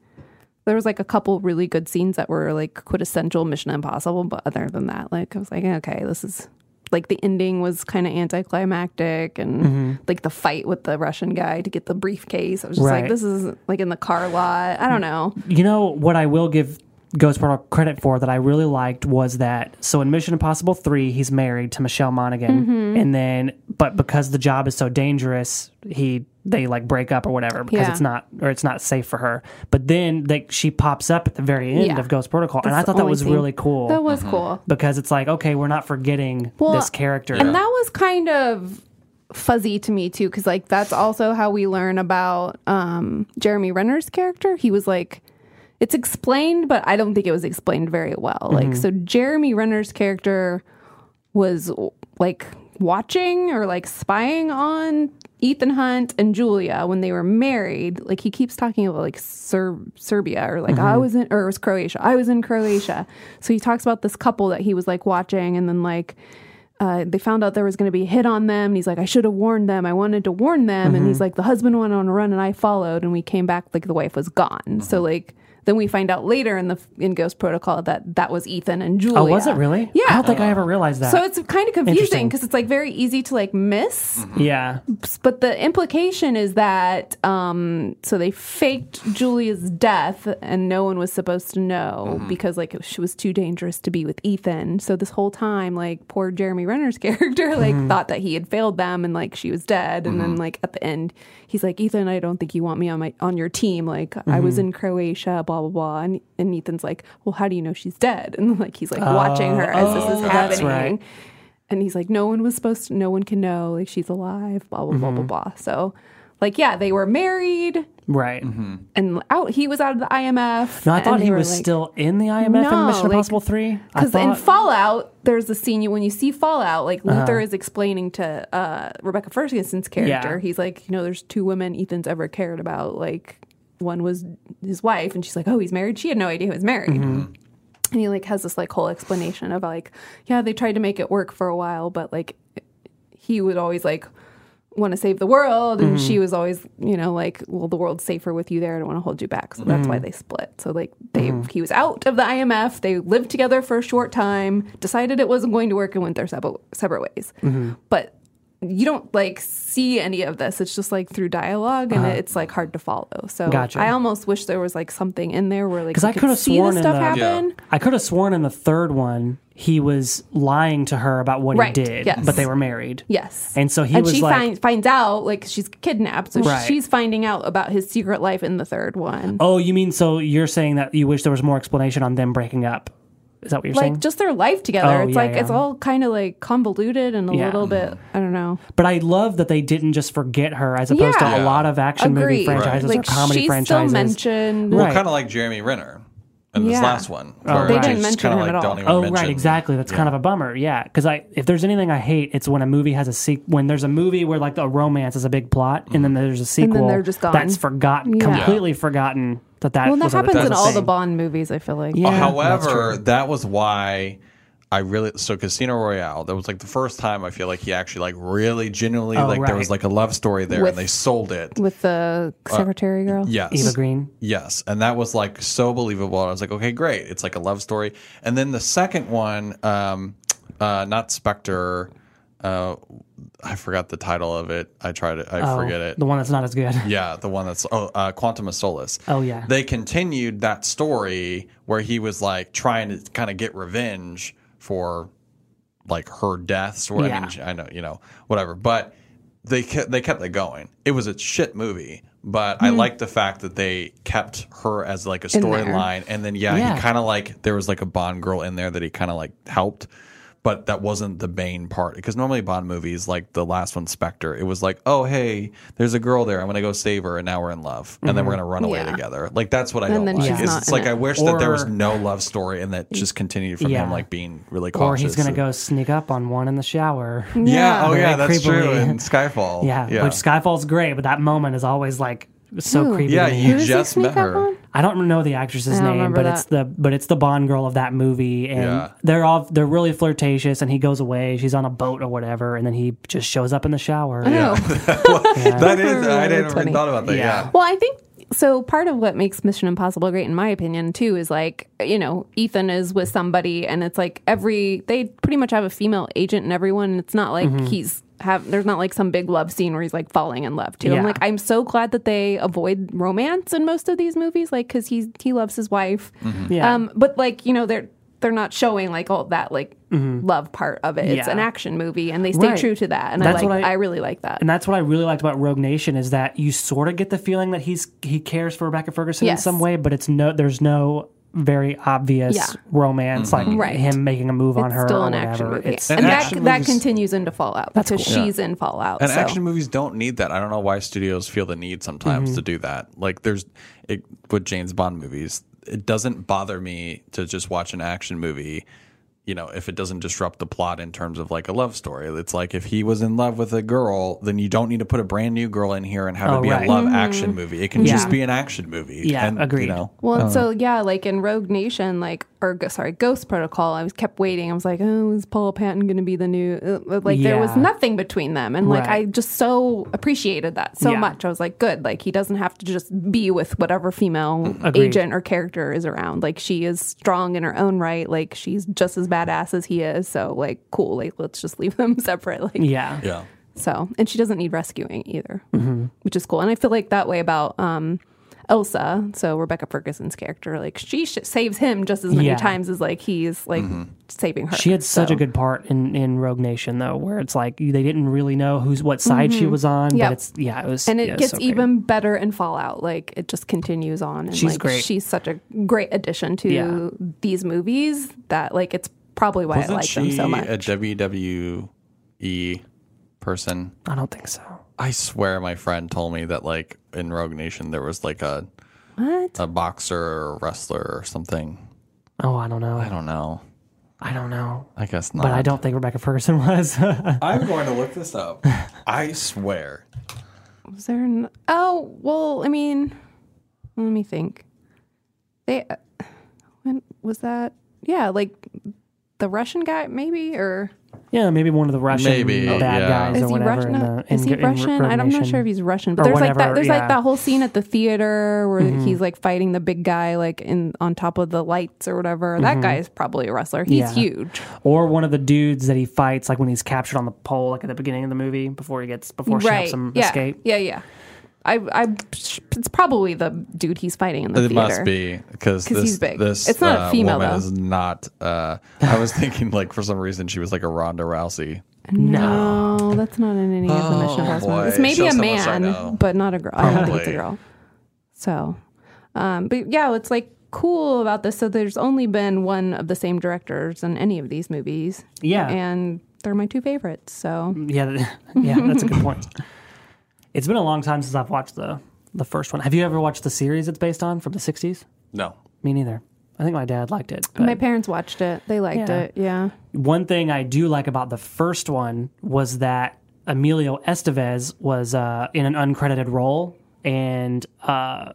S1: there was like a couple really good scenes that were like quintessential Mission Impossible, but other than that, like I was like, okay, this is like the ending was kind of anticlimactic and like the fight with the Russian guy to get the briefcase. I was just
S4: Right.
S1: like, this is like in the car lot. I don't know.
S4: You know what I will give Ghost Protocol credit for that I really liked was that so in Mission Impossible three he's married to Michelle Monaghan
S1: Mm-hmm.
S4: and then but because the job is so dangerous he they like break up or whatever because
S1: Yeah.
S4: it's not or it's not safe for her but then they, she pops up at the very end
S1: Yeah.
S4: of Ghost Protocol and
S1: That's
S4: I
S1: the
S4: thought that
S1: only
S4: was
S1: thing.
S4: really cool
S1: That was cool.
S4: because it's like okay we're not forgetting
S1: Well,
S4: this character
S1: And that was kind of fuzzy to me too, because like that's also how we learn about um, Jeremy Renner's character. He was like, it's explained, but I don't think it was explained very well. Like, so Jeremy Renner's character was like watching or like spying on Ethan Hunt and Julia when they were married. Like he keeps talking about like Ser- Serbia or like
S4: Mm-hmm.
S1: I was in or it was Croatia. I was in Croatia. So he talks about this couple that he was like watching and then like uh, they found out there was going to be a hit on them. And he's like, I should have warned them. I wanted to warn them. And
S4: Mm-hmm.
S1: he's like, the husband went on a run and I followed. And we came back, like, the wife was gone.
S4: Mm-hmm.
S1: So, like, then we find out later in the in Ghost Protocol that that was Ethan and Julia.
S4: oh was it really
S1: Yeah.
S4: I don't think I ever realized that
S1: So it's kind of confusing
S4: Interesting.
S1: because it's like very easy to like miss,
S4: yeah
S1: but the implication is that um, so they faked Julia's death and no one was supposed to know
S4: Mm-hmm.
S1: because like she was too dangerous to be with Ethan. So this whole time, like poor Jeremy Renner's *laughs* character like
S4: Mm-hmm.
S1: thought that he had failed them and like she was dead. And then like at the end, he's like Ethan, I don't think you want me on my on your team. Like I
S4: Mm-hmm.
S1: was in Croatia, blah blah blah. And and Ethan's like, well, how do you know she's dead? And like he's like watching her as this is
S4: Oh, that's
S1: happening.
S4: right.
S1: And he's like, no one was supposed to, no one can know, like, she's alive, blah, blah, blah,
S4: Mm-hmm.
S1: blah, blah. So, like, yeah, they were married
S4: right
S1: and out, he was out of the IMF.
S4: no I thought
S1: and
S4: he
S1: they were
S4: was
S1: like-
S4: still in the IMF in
S1: No, like-
S4: Mission Impossible three I
S1: Because in
S4: thought Uh-huh.
S1: Fallout, there's a scene you when you see Fallout, like Luther is explaining to uh, Rebecca Ferguson's character,
S4: Yeah.
S1: he's like, you know, there's two women Ethan's ever cared about. Like, one was his wife, and she's like, oh, he's married. She had no idea he was married.
S4: Mm-hmm.
S1: And he like has this like whole explanation of like, yeah, they tried to make it work for a while, but like, he would always like want to save the world and
S4: Mm-hmm.
S1: she was always you know like well the world's safer with you there i don't want to hold you back so that's
S4: Mm-hmm.
S1: why they split so like they he was out of the imf they lived together for a short time decided it wasn't going to work and went their separate, separate ways
S4: Mm-hmm.
S1: but you don't like see any of this it's just like through dialogue and it's like hard to follow so
S4: Uh-huh. Gotcha.
S1: i almost wish there was like something in there where like
S4: 'Cause
S1: you
S4: I
S1: could
S4: coulda
S1: see
S4: sworn
S1: this
S4: in
S1: stuff
S4: the-
S1: happen
S4: I could have sworn in the third one he was lying to her about what
S1: Right,
S4: he did,
S1: yes.
S4: but they were married.
S1: Yes.
S4: And so he
S1: and
S4: was
S1: she
S4: like-
S1: find, finds out like she's kidnapped, so
S4: Right.
S1: she's finding out about his secret life in the third one.
S4: Oh, you mean so you're saying that you wish there was more explanation on them breaking up? Is that what you're saying?
S1: like just their life together.
S4: Oh,
S1: it's
S4: yeah,
S1: like
S4: yeah.
S1: it's all kind of like convoluted and a
S4: Yeah.
S1: little bit. I don't know.
S4: but I love that they didn't just forget her, as opposed to
S1: Yeah.
S4: a lot of action movie
S1: Agreed.
S4: franchises
S1: Like
S4: or comedy
S1: she's
S4: franchises.
S1: still mentioned.
S4: Right. Oh,
S3: Well, kind of like Jeremy Renner in this
S1: Yeah.
S3: last one. where
S4: They
S3: they
S1: didn't
S3: just
S1: mention
S3: kinda,
S1: him
S3: like,
S1: at all.
S3: don't even
S4: Oh right,
S3: mention-
S4: exactly. That's kind of a bummer. Yeah, because I if there's anything I hate, it's when a movie has a sequ- when there's a movie where like a romance is a big plot and then
S3: Mm-hmm.
S4: there's a sequel
S1: they're just gone.
S4: that's forgotten,
S1: Yeah.
S4: completely forgotten that that.
S1: Well, that
S4: was a-
S1: happens
S4: was
S1: in
S4: a
S1: all the
S4: thing.
S1: Bond movies. I feel like.
S4: Yeah, that's
S3: However,
S4: true.
S3: that was why I really so Casino Royale. That was like the first time I feel like he actually like really genuinely like there
S4: Oh, right.
S3: was like a love story there,
S1: With-
S3: and they sold it.
S1: With the
S3: Uh,
S1: secretary girl.
S3: Yes,
S4: Eva Green.
S3: Yes, and that was like so believable. I was like, okay, great. It's like a love story. And then the second one, um, uh, not Spectre. Uh, I forgot the title of it. I tried it. I
S4: Oh,
S3: forget it.
S4: The one that's not as good.
S3: Yeah, the one that's oh, uh, Quantum of Solace.
S4: Oh, yeah.
S3: They continued that story where he was like trying to kind of get revenge for like her deaths. Or, I
S4: Yeah.
S3: mean, she- I know, you know, whatever. But they kept, they kept it going. It was a shit movie, but
S4: Hmm.
S3: I liked the fact that they kept her as like a
S1: In there.
S3: storyline. And then yeah,
S4: Yeah.
S3: he kind of like there was like a Bond girl in there that he kind of like helped. But that wasn't the main part because normally Bond movies, like the last one, Spectre, it was like, oh hey, there's a girl there, I'm gonna go save her, and now we're in love, and
S4: Mm-hmm.
S3: then we're gonna run away
S1: Yeah.
S3: together. Like that's what I
S1: And
S3: don't
S1: then
S3: like.
S1: she's
S3: It's,
S1: not
S3: it's
S1: in
S3: like
S1: it.
S3: I wish that there was
S4: Or-
S3: no love story and that just continued from
S4: Yeah.
S3: him like being really cautious.
S4: Or he's gonna go sneak up on one in the shower.
S1: Mm.
S3: Yeah, oh
S4: Very
S3: yeah, that's true.
S4: creepily. *laughs*
S3: In Skyfall,
S4: Yeah,
S3: yeah,
S4: which Skyfall's great, but that moment is always like so
S1: Ooh.
S4: creepy.
S3: yeah.
S4: to me.
S3: You
S1: does he
S3: just
S1: sneak
S3: met
S1: up
S3: her.
S1: on?
S4: I don't know the actress's
S1: I don't
S4: name,
S1: remember
S4: but it's the but it's the Bond girl of that movie, and
S3: Yeah.
S4: they're all they're really flirtatious. And he goes away; she's on a boat or whatever, and then he just shows up in the shower.
S1: No.
S3: *laughs* That is, I
S1: Really
S3: didn't
S1: funny.
S3: even thought about that.
S4: Yeah.
S3: Yeah,
S1: Well, I think so part of what makes Mission Impossible great, in my opinion, too, is like you know Ethan is with somebody, and it's like every they pretty much have a female agent in everyone. And it's not like
S4: Mm-hmm.
S1: he's have there's not like some big love scene where he's like falling in love too.
S4: Yeah.
S1: I'm like I'm so glad that they avoid romance in most of these movies, like because he he loves his wife.
S4: Yeah.
S1: Um, but like you know they're they're not showing like all that like love part of it. It's
S4: Mm-hmm. Yeah.
S1: an action movie, and they stay
S4: Right.
S1: true to that. And
S4: That's
S1: I
S4: what
S1: like
S4: I-
S1: I really like that.
S4: And that's what I really liked about Rogue Nation is that you sort of get the feeling that he's he cares for Rebecca Ferguson in
S1: Yes.
S4: some way, but it's no there's no very obvious
S1: Yeah.
S4: romance like
S1: Right.
S4: him making a move on
S1: It's
S4: her
S1: still
S4: or
S1: an
S4: whatever.
S1: action movie.
S4: It's
S1: and
S3: An
S1: that,
S3: action
S1: that
S3: movie's-
S1: continues into Fallout because she's in Fallout.
S3: And
S1: so.
S3: action movies don't need that. I don't know why studios feel the need sometimes
S1: Mm-hmm.
S3: to do that. Like there's it, with James Bond movies, it doesn't bother me to just watch an action movie. You know, if it doesn't disrupt the plot in terms of like a love story, it's like if he was in love with a girl, then you don't need to put a brand new girl in here and have
S4: Oh,
S3: it be
S4: right.
S3: a love
S1: Mm-hmm.
S3: action movie. It can
S4: Yeah.
S3: just be an action movie.
S4: Yeah,
S3: and,
S4: agreed.
S3: You know,
S1: well, and so yeah, like in Rogue Nation, like or go- sorry, Ghost Protocol. I was kept waiting. I was like, oh, is Paul Patton going to be the new? uh, But like there was
S4: Yeah.
S1: nothing between them, and like
S4: Right.
S1: I just so appreciated that so
S4: Yeah.
S1: much. I was like, good. Like he doesn't have to just be with whatever female
S3: Mm,
S4: Agreed.
S1: agent or character is around. Like she is strong in her own right. Like she's just as badass as he is. So like cool. Like let's just leave them *laughs* separate. Like
S4: yeah.
S3: yeah.
S1: So, and she doesn't need rescuing either,
S4: Mm-hmm.
S1: which is cool. And I feel like that way about um, Elsa. So Rebecca Ferguson's character, like she sh- saves him just as many
S4: Yeah.
S1: times as like he's like
S4: Mm-hmm.
S1: saving her.
S4: She had such
S1: So-
S4: a good part in, in Rogue Nation though, where it's like they didn't really know who's what side she was on,
S1: Mm-hmm. Yep.
S4: but it's yeah, it was
S1: and it
S4: yeah, was
S1: gets
S4: so great.
S1: even better in Fallout. Like it just continues on. And
S4: She's
S1: like,
S4: great.
S1: She's such a great addition to
S4: Yeah.
S1: these movies that like it's probably why
S3: Wasn't
S1: I like
S3: she
S1: them so much.
S3: a WWE person?
S4: I don't think so.
S3: I swear my friend told me that like in Rogue Nation there was like a
S1: what?
S3: a boxer or a wrestler or something.
S4: Oh, I don't know.
S3: I don't know.
S4: I don't know.
S3: I guess not.
S4: But I don't think Rebecca Ferguson *laughs* was.
S3: I'm going to look this *laughs* up. I swear.
S1: Was there? An, oh well, I mean, let me think. They uh, when was that? Yeah, like the Russian guy, maybe or
S4: Yeah, maybe one of the Russian
S3: Maybe,
S4: bad
S3: yeah.
S4: guys
S1: is
S4: or
S1: he
S4: whatever.
S1: Russian?
S4: in
S1: No,
S4: the,
S1: is
S4: in,
S1: he
S4: in
S1: Russian?
S4: Rogue
S1: I don't- I'm not
S4: Nation.
S1: sure if he's Russian, but
S4: Or
S1: there's like
S4: whatever,
S1: that. There's
S4: yeah. Mm-hmm.
S1: like that whole scene at the theater where he's like fighting the big guy, like in on top of the lights or whatever. That guy is probably a wrestler. He's
S4: Mm-hmm. Yeah.
S1: huge.
S4: or one of the dudes that he fights, like when he's captured on the pole, like at the beginning of the movie, before he gets before she helps him
S1: yeah.
S4: escape.
S1: Yeah. Yeah. I. I. It's probably the dude he's fighting in the
S3: It
S1: theater.
S3: must be because this
S1: he's big.
S3: this
S1: It's not a
S3: uh,
S1: female,
S3: woman
S1: though.
S3: is not. Uh, I was thinking like for some reason she was like a Ronda Rousey.
S1: No, that's not in any of the Mission
S3: Oh,
S1: Impossible
S3: boy.
S1: movies. Maybe
S3: Show
S1: a
S3: some of us I
S1: man,
S3: know.
S1: but not a girl. I don't think it's a
S3: Probably.
S1: girl. So, um, but yeah, it's like cool about this. So there's only been one of the same directors in any of these movies.
S4: Yeah.
S1: and they're my two favorites. So
S4: Yeah, th- *laughs* yeah, that's a good point. It's been a long time since I've watched the the first one. Have you ever watched the series it's based on from the '60s?
S3: No,
S4: Me neither. I think my dad liked it.
S1: my
S4: But
S1: parents watched it. They liked
S4: Yeah.
S1: it. Yeah.
S4: one thing I do like about the first one was that Emilio Estevez was uh, in an uncredited role, and uh,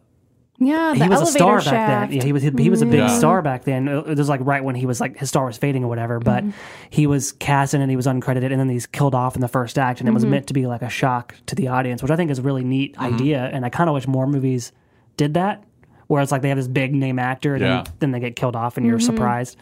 S1: Yeah, the
S4: he was a
S1: elevator
S4: star
S1: shaft.
S4: back then. Yeah, he was he, he was a big
S3: Yeah.
S4: star back then. It was like right when he was like his star was fading or whatever. But
S3: Mm-hmm.
S4: he was cast in and he was uncredited, and then he's killed off in the first act, and it
S3: Mm-hmm.
S4: was meant to be like a shock to the audience, which I think is a really neat idea. And I kind of wish more movies did that, where it's like they have this big name actor, and
S3: Yeah. Mm-hmm.
S4: then, then they get killed off, and you're surprised.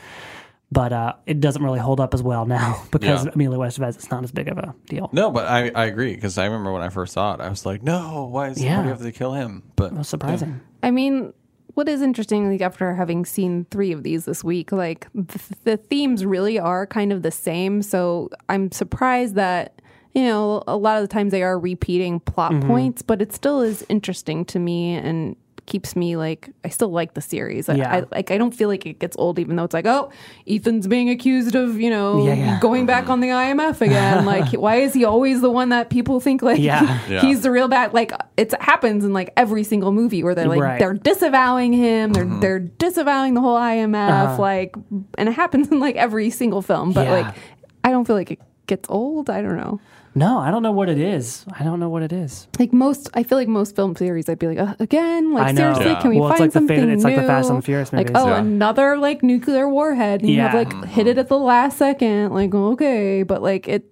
S4: But uh, it doesn't really hold up as well now *laughs* because
S3: Yeah.
S4: Emilio Estevez it's not as big of a deal.
S3: no, but I I agree because I remember when I first saw it, I was like, no, why is
S4: Yeah.
S3: somebody have to kill him? But
S4: It was surprising.
S1: I mean, what is interesting, like after having seen three of these this week, like the, the themes really are kind of the same. So I'm surprised that you know a lot of the times they are repeating plot
S4: Mm-hmm.
S1: points, but it still is interesting to me and keeps me like I still like the series. I,
S4: Yeah.
S1: I like I don't feel like it gets old, even though it's like oh Ethan's being accused of you know
S4: Yeah, yeah.
S1: going back on the IMF again.
S4: *laughs*
S1: like why is he always the one that people think like *laughs*
S4: Yeah.
S3: Yeah.
S1: he's the real bad like it happens in like every single movie where they're like
S4: Right.
S1: they're disavowing him they're they're disavowing the whole IMF like and it happens in like every single film but
S4: Uh-huh. Yeah.
S1: like I don't feel like it gets old I don't know
S4: No, I don't know what it is. I don't know what it is.
S1: like most I feel like most film series I'd be like "Ugh, again like
S4: I know.
S1: seriously
S4: Yeah.
S1: can we
S4: Well, it's
S1: find
S4: like the
S1: something
S4: fa- it's
S1: new
S4: like the Fast and Furious
S1: like
S4: movies.
S1: oh
S3: Yeah.
S1: another like nuclear warhead and you have
S4: Yeah.
S1: like hit it at the last second like okay but like it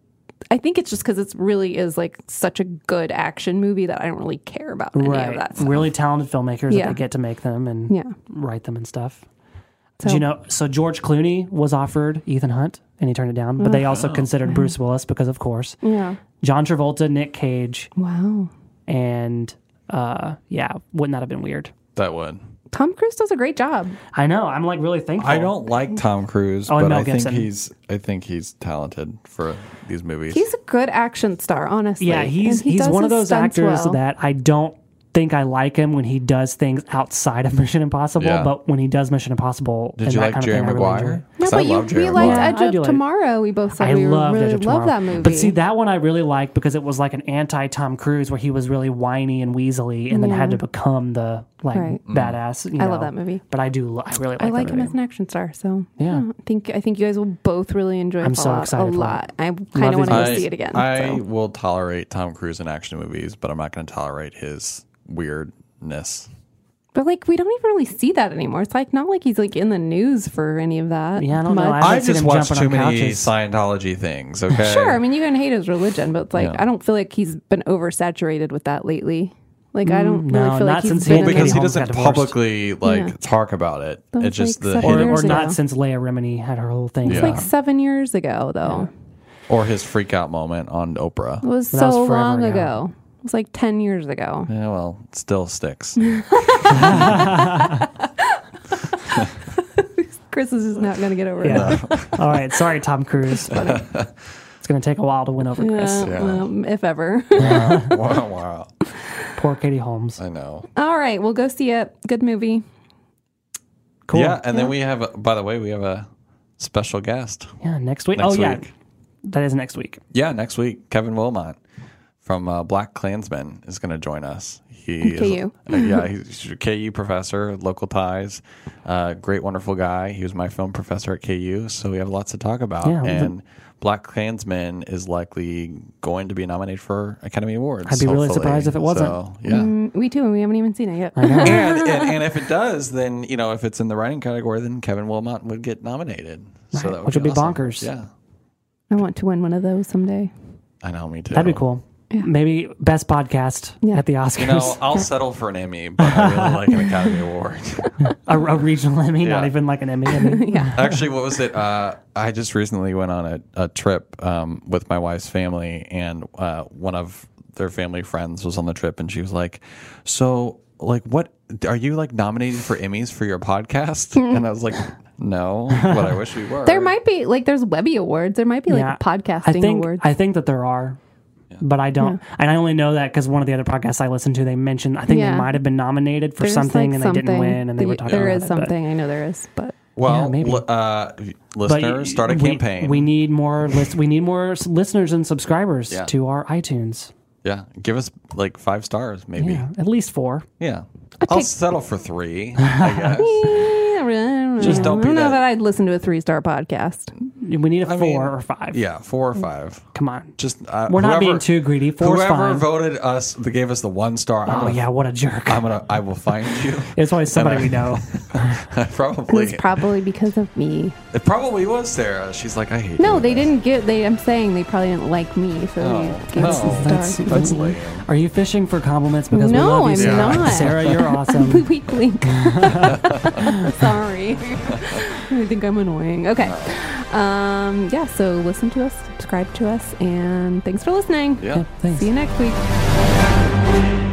S1: I think it's just because it's really is like such a good action movie that I don't really care about any of
S4: right.
S1: that. stuff.
S4: Really talented filmmakers
S1: Yeah.
S4: that they get to make them and
S1: Yeah.
S4: write them and stuff.
S1: So,
S4: Do you know? So George Clooney was offered Ethan Hunt, and he turned it down. But they
S3: Oh.
S4: also
S1: Mm-hmm.
S4: considered Bruce Willis because, of course,
S1: Yeah.
S4: John Travolta, Nick Cage,
S1: Wow.
S4: and uh, yeah, wouldn't that have been weird?
S3: That would.
S1: Tom Cruise does a great job.
S4: I know. I'm like really thankful.
S3: I don't like Tom Cruise,
S4: Oh, and
S3: but
S4: Mel
S3: I think
S4: Gibson.
S3: he's I think he's talented for these movies.
S1: He's a good action star, honestly.
S4: Yeah, he's
S1: And he
S4: he's
S1: does
S4: one of
S1: his
S4: those
S1: stunts
S4: actors
S1: well.
S4: that I don't think I like him when he does things outside of *laughs* Mission Impossible.
S3: Yeah.
S4: But when he does Mission Impossible,
S3: Did
S4: and
S3: you
S4: that
S3: like
S4: kind
S3: Jerry
S4: of thing, I really enjoy.
S3: Maguire?
S1: No,
S3: 'Cause
S1: but
S3: I
S1: you,
S3: love Jerry
S1: we liked
S4: Maguire.
S1: Edge
S4: I
S1: of
S4: do like-
S1: Tomorrow. We both said
S4: I
S1: we
S4: love
S1: really love that movie.
S4: But see, that one I really liked because it was like an anti Tom Cruise, where he was really whiny and weaselly, and then had to become the like
S1: Right.
S3: Mm.
S4: badass. you
S1: I love
S4: know.
S1: that movie.
S4: But I do. lo- I really like.
S1: I like
S4: that
S1: him
S4: movie.
S1: as an action star, so
S4: Yeah.
S1: I think I think you guys will both really enjoy
S4: I'm so
S1: Fallout
S4: excited
S1: a
S4: for it.
S1: lot. I
S4: Love
S1: kind of want
S4: his
S1: to
S4: movies.
S1: go
S3: I-
S1: see it again.
S3: I
S1: so.
S3: will tolerate Tom Cruise in action movies, but I'm not going to tolerate his weirdness.
S1: But like, we don't even really see that anymore. It's like not like he's like in the news for any of that.
S4: Yeah, I don't know.
S1: much.
S4: I
S3: I
S4: haven't seen
S3: just
S4: him
S3: watched
S4: jumping
S3: too
S4: on
S3: many
S4: couches.
S3: Scientology things. Okay,
S1: Sure, I mean you can hate his religion, but it's like
S3: Yeah.
S1: I don't feel like he's been oversaturated with that lately. Like I don't
S4: Mm, no,
S1: really feel
S4: not
S1: like he's
S4: since he-
S1: been
S4: Well,
S1: in
S3: because
S4: Katie
S3: he
S4: Holmes got
S3: doesn't
S4: divorced.
S3: publicly like
S1: Yeah.
S3: talk about it.
S1: That was
S3: it's just
S1: like
S3: the
S1: seven
S4: or,
S3: hidden,
S4: or
S1: years ago.
S4: not since Leia Remini had her whole thing.
S1: It's
S3: Yeah.
S1: like seven years ago though.
S3: or his freak out moment on Oprah.
S1: It was
S4: That was
S1: so
S4: forever
S1: long
S4: ago.
S1: ago. It was like ten years ago.
S3: Yeah, well, it still sticks.
S1: Chris is just not gonna get over it. *laughs*
S4: Yeah. *laughs* All right. Sorry, Tom
S3: *laughs*
S4: Cruise. it's going to take a while to win over Chris.
S1: Uh, um, if ever. *laughs*
S3: wow, wow.
S4: Poor Katie Holmes.
S3: I know.
S1: All right, we'll go see it. Good movie.
S4: Cool.
S3: Yeah, and then we have. a- By the way, we have a special guest.
S4: Yeah, next week.
S3: Next
S4: oh, yeah.
S3: week.
S4: That is next week.
S3: Yeah, next week, Kevin Wilmot from uh, Black Klansmen is going to join us. He is,
S1: KU.
S3: uh, yeah, he's a KU professor, local ties, uh, great, wonderful guy. He was my film professor at KU, so we have lots to talk about.
S4: Yeah, well, the-
S3: and Black Klansmen is likely going to be nominated for Academy Awards.
S4: I'd be really
S3: hopefully.
S4: surprised if it wasn't.
S3: So, yeah.
S1: Mm, We too, and we haven't even seen it yet.
S3: *laughs* and, and, and if it does, then you know if it's in the writing category, then Kevin Wilmot would get nominated. So
S4: Right,
S3: that would
S4: which
S3: be
S4: would be
S3: awesome.
S4: bonkers.
S3: Yeah,
S1: I want to win one of those someday. *laughs*
S3: I know, me too.
S4: That'd be cool. Maybe best podcast
S1: Yeah.
S4: at the Oscars.
S3: You know, I'll settle for an Emmy, but I really like an Academy Award.
S4: *laughs* a, a regional Emmy, not
S3: Yeah.
S4: even like an Emmy. Emmy.
S3: Actually, what was it? Uh, I just recently went on a, a trip um, with my wife's family, and uh, one of their family friends was on the trip, and she was like, "So, like, what are you like nominated for Emmys for your podcast?" and I was like, "No, but I wish we were."
S1: There might be like there's Webby Awards. There might be like podcasting
S4: I think,
S1: awards.
S4: I think that there are, but I don't. And I only know that because one of the other podcasts I listened to, they mentioned, I think
S1: Yeah.
S4: they might have been nominated for
S1: There's,
S4: something
S1: like,
S4: and they didn't
S1: something.
S4: win and they were
S1: There-
S4: talking
S1: There
S4: about
S1: is
S4: it, but-
S1: something I know there is,
S3: *laughs*
S1: but
S3: Well,
S4: Yeah, maybe.
S3: li- uh,
S4: But
S3: listeners,
S4: y-
S3: start a
S4: we,
S3: campaign.
S4: We need more list. We need more s- listeners and subscribers
S3: Yeah.
S4: to our iTunes.
S3: yeah, give us like five stars, maybe.
S4: Yeah,
S3: Yeah,
S4: at least four.
S3: I'll
S1: take-
S3: settle for
S4: *laughs*
S3: three. I guess.
S1: just
S3: don't
S1: I
S3: be
S1: don't know
S3: that-
S1: that I'd listen to a three star podcast.
S4: We need a
S3: I
S4: four
S3: mean,
S4: or five.
S3: yeah, four or five.
S4: Come on.
S3: just uh,
S4: We're not being too greedy. Four's
S3: whoever
S4: fine.
S3: voted us, they gave us the one star. I'm
S4: Oh
S3: gonna,
S4: yeah, what a jerk.
S3: I'm gonna, I will find
S4: *laughs*
S3: you.
S4: it's always somebody
S3: I-
S4: we know.
S1: It
S3: *laughs* probably,
S1: was probably because of me.
S3: it probably was Sarah. She's like, I hate.
S1: No,
S3: doing
S1: they
S3: this.
S1: didn't get. They, I'm saying they probably didn't like me, so
S3: No,
S1: they gave us
S3: no,
S1: a
S3: Oh. that's
S1: star.
S3: that's lame.
S4: Are you fishing for compliments? Because we
S1: No,
S4: love you,
S1: I'm
S4: Sarah.
S1: not.
S4: Sarah,
S1: *laughs*
S4: you're awesome.
S1: Weak link. Sorry. I think I'm annoying. Okay. Um, yeah, so listen to us, subscribe to us, and thanks for listening.
S3: Yeah.
S4: Thanks.
S1: See you next week.
S3: Bye.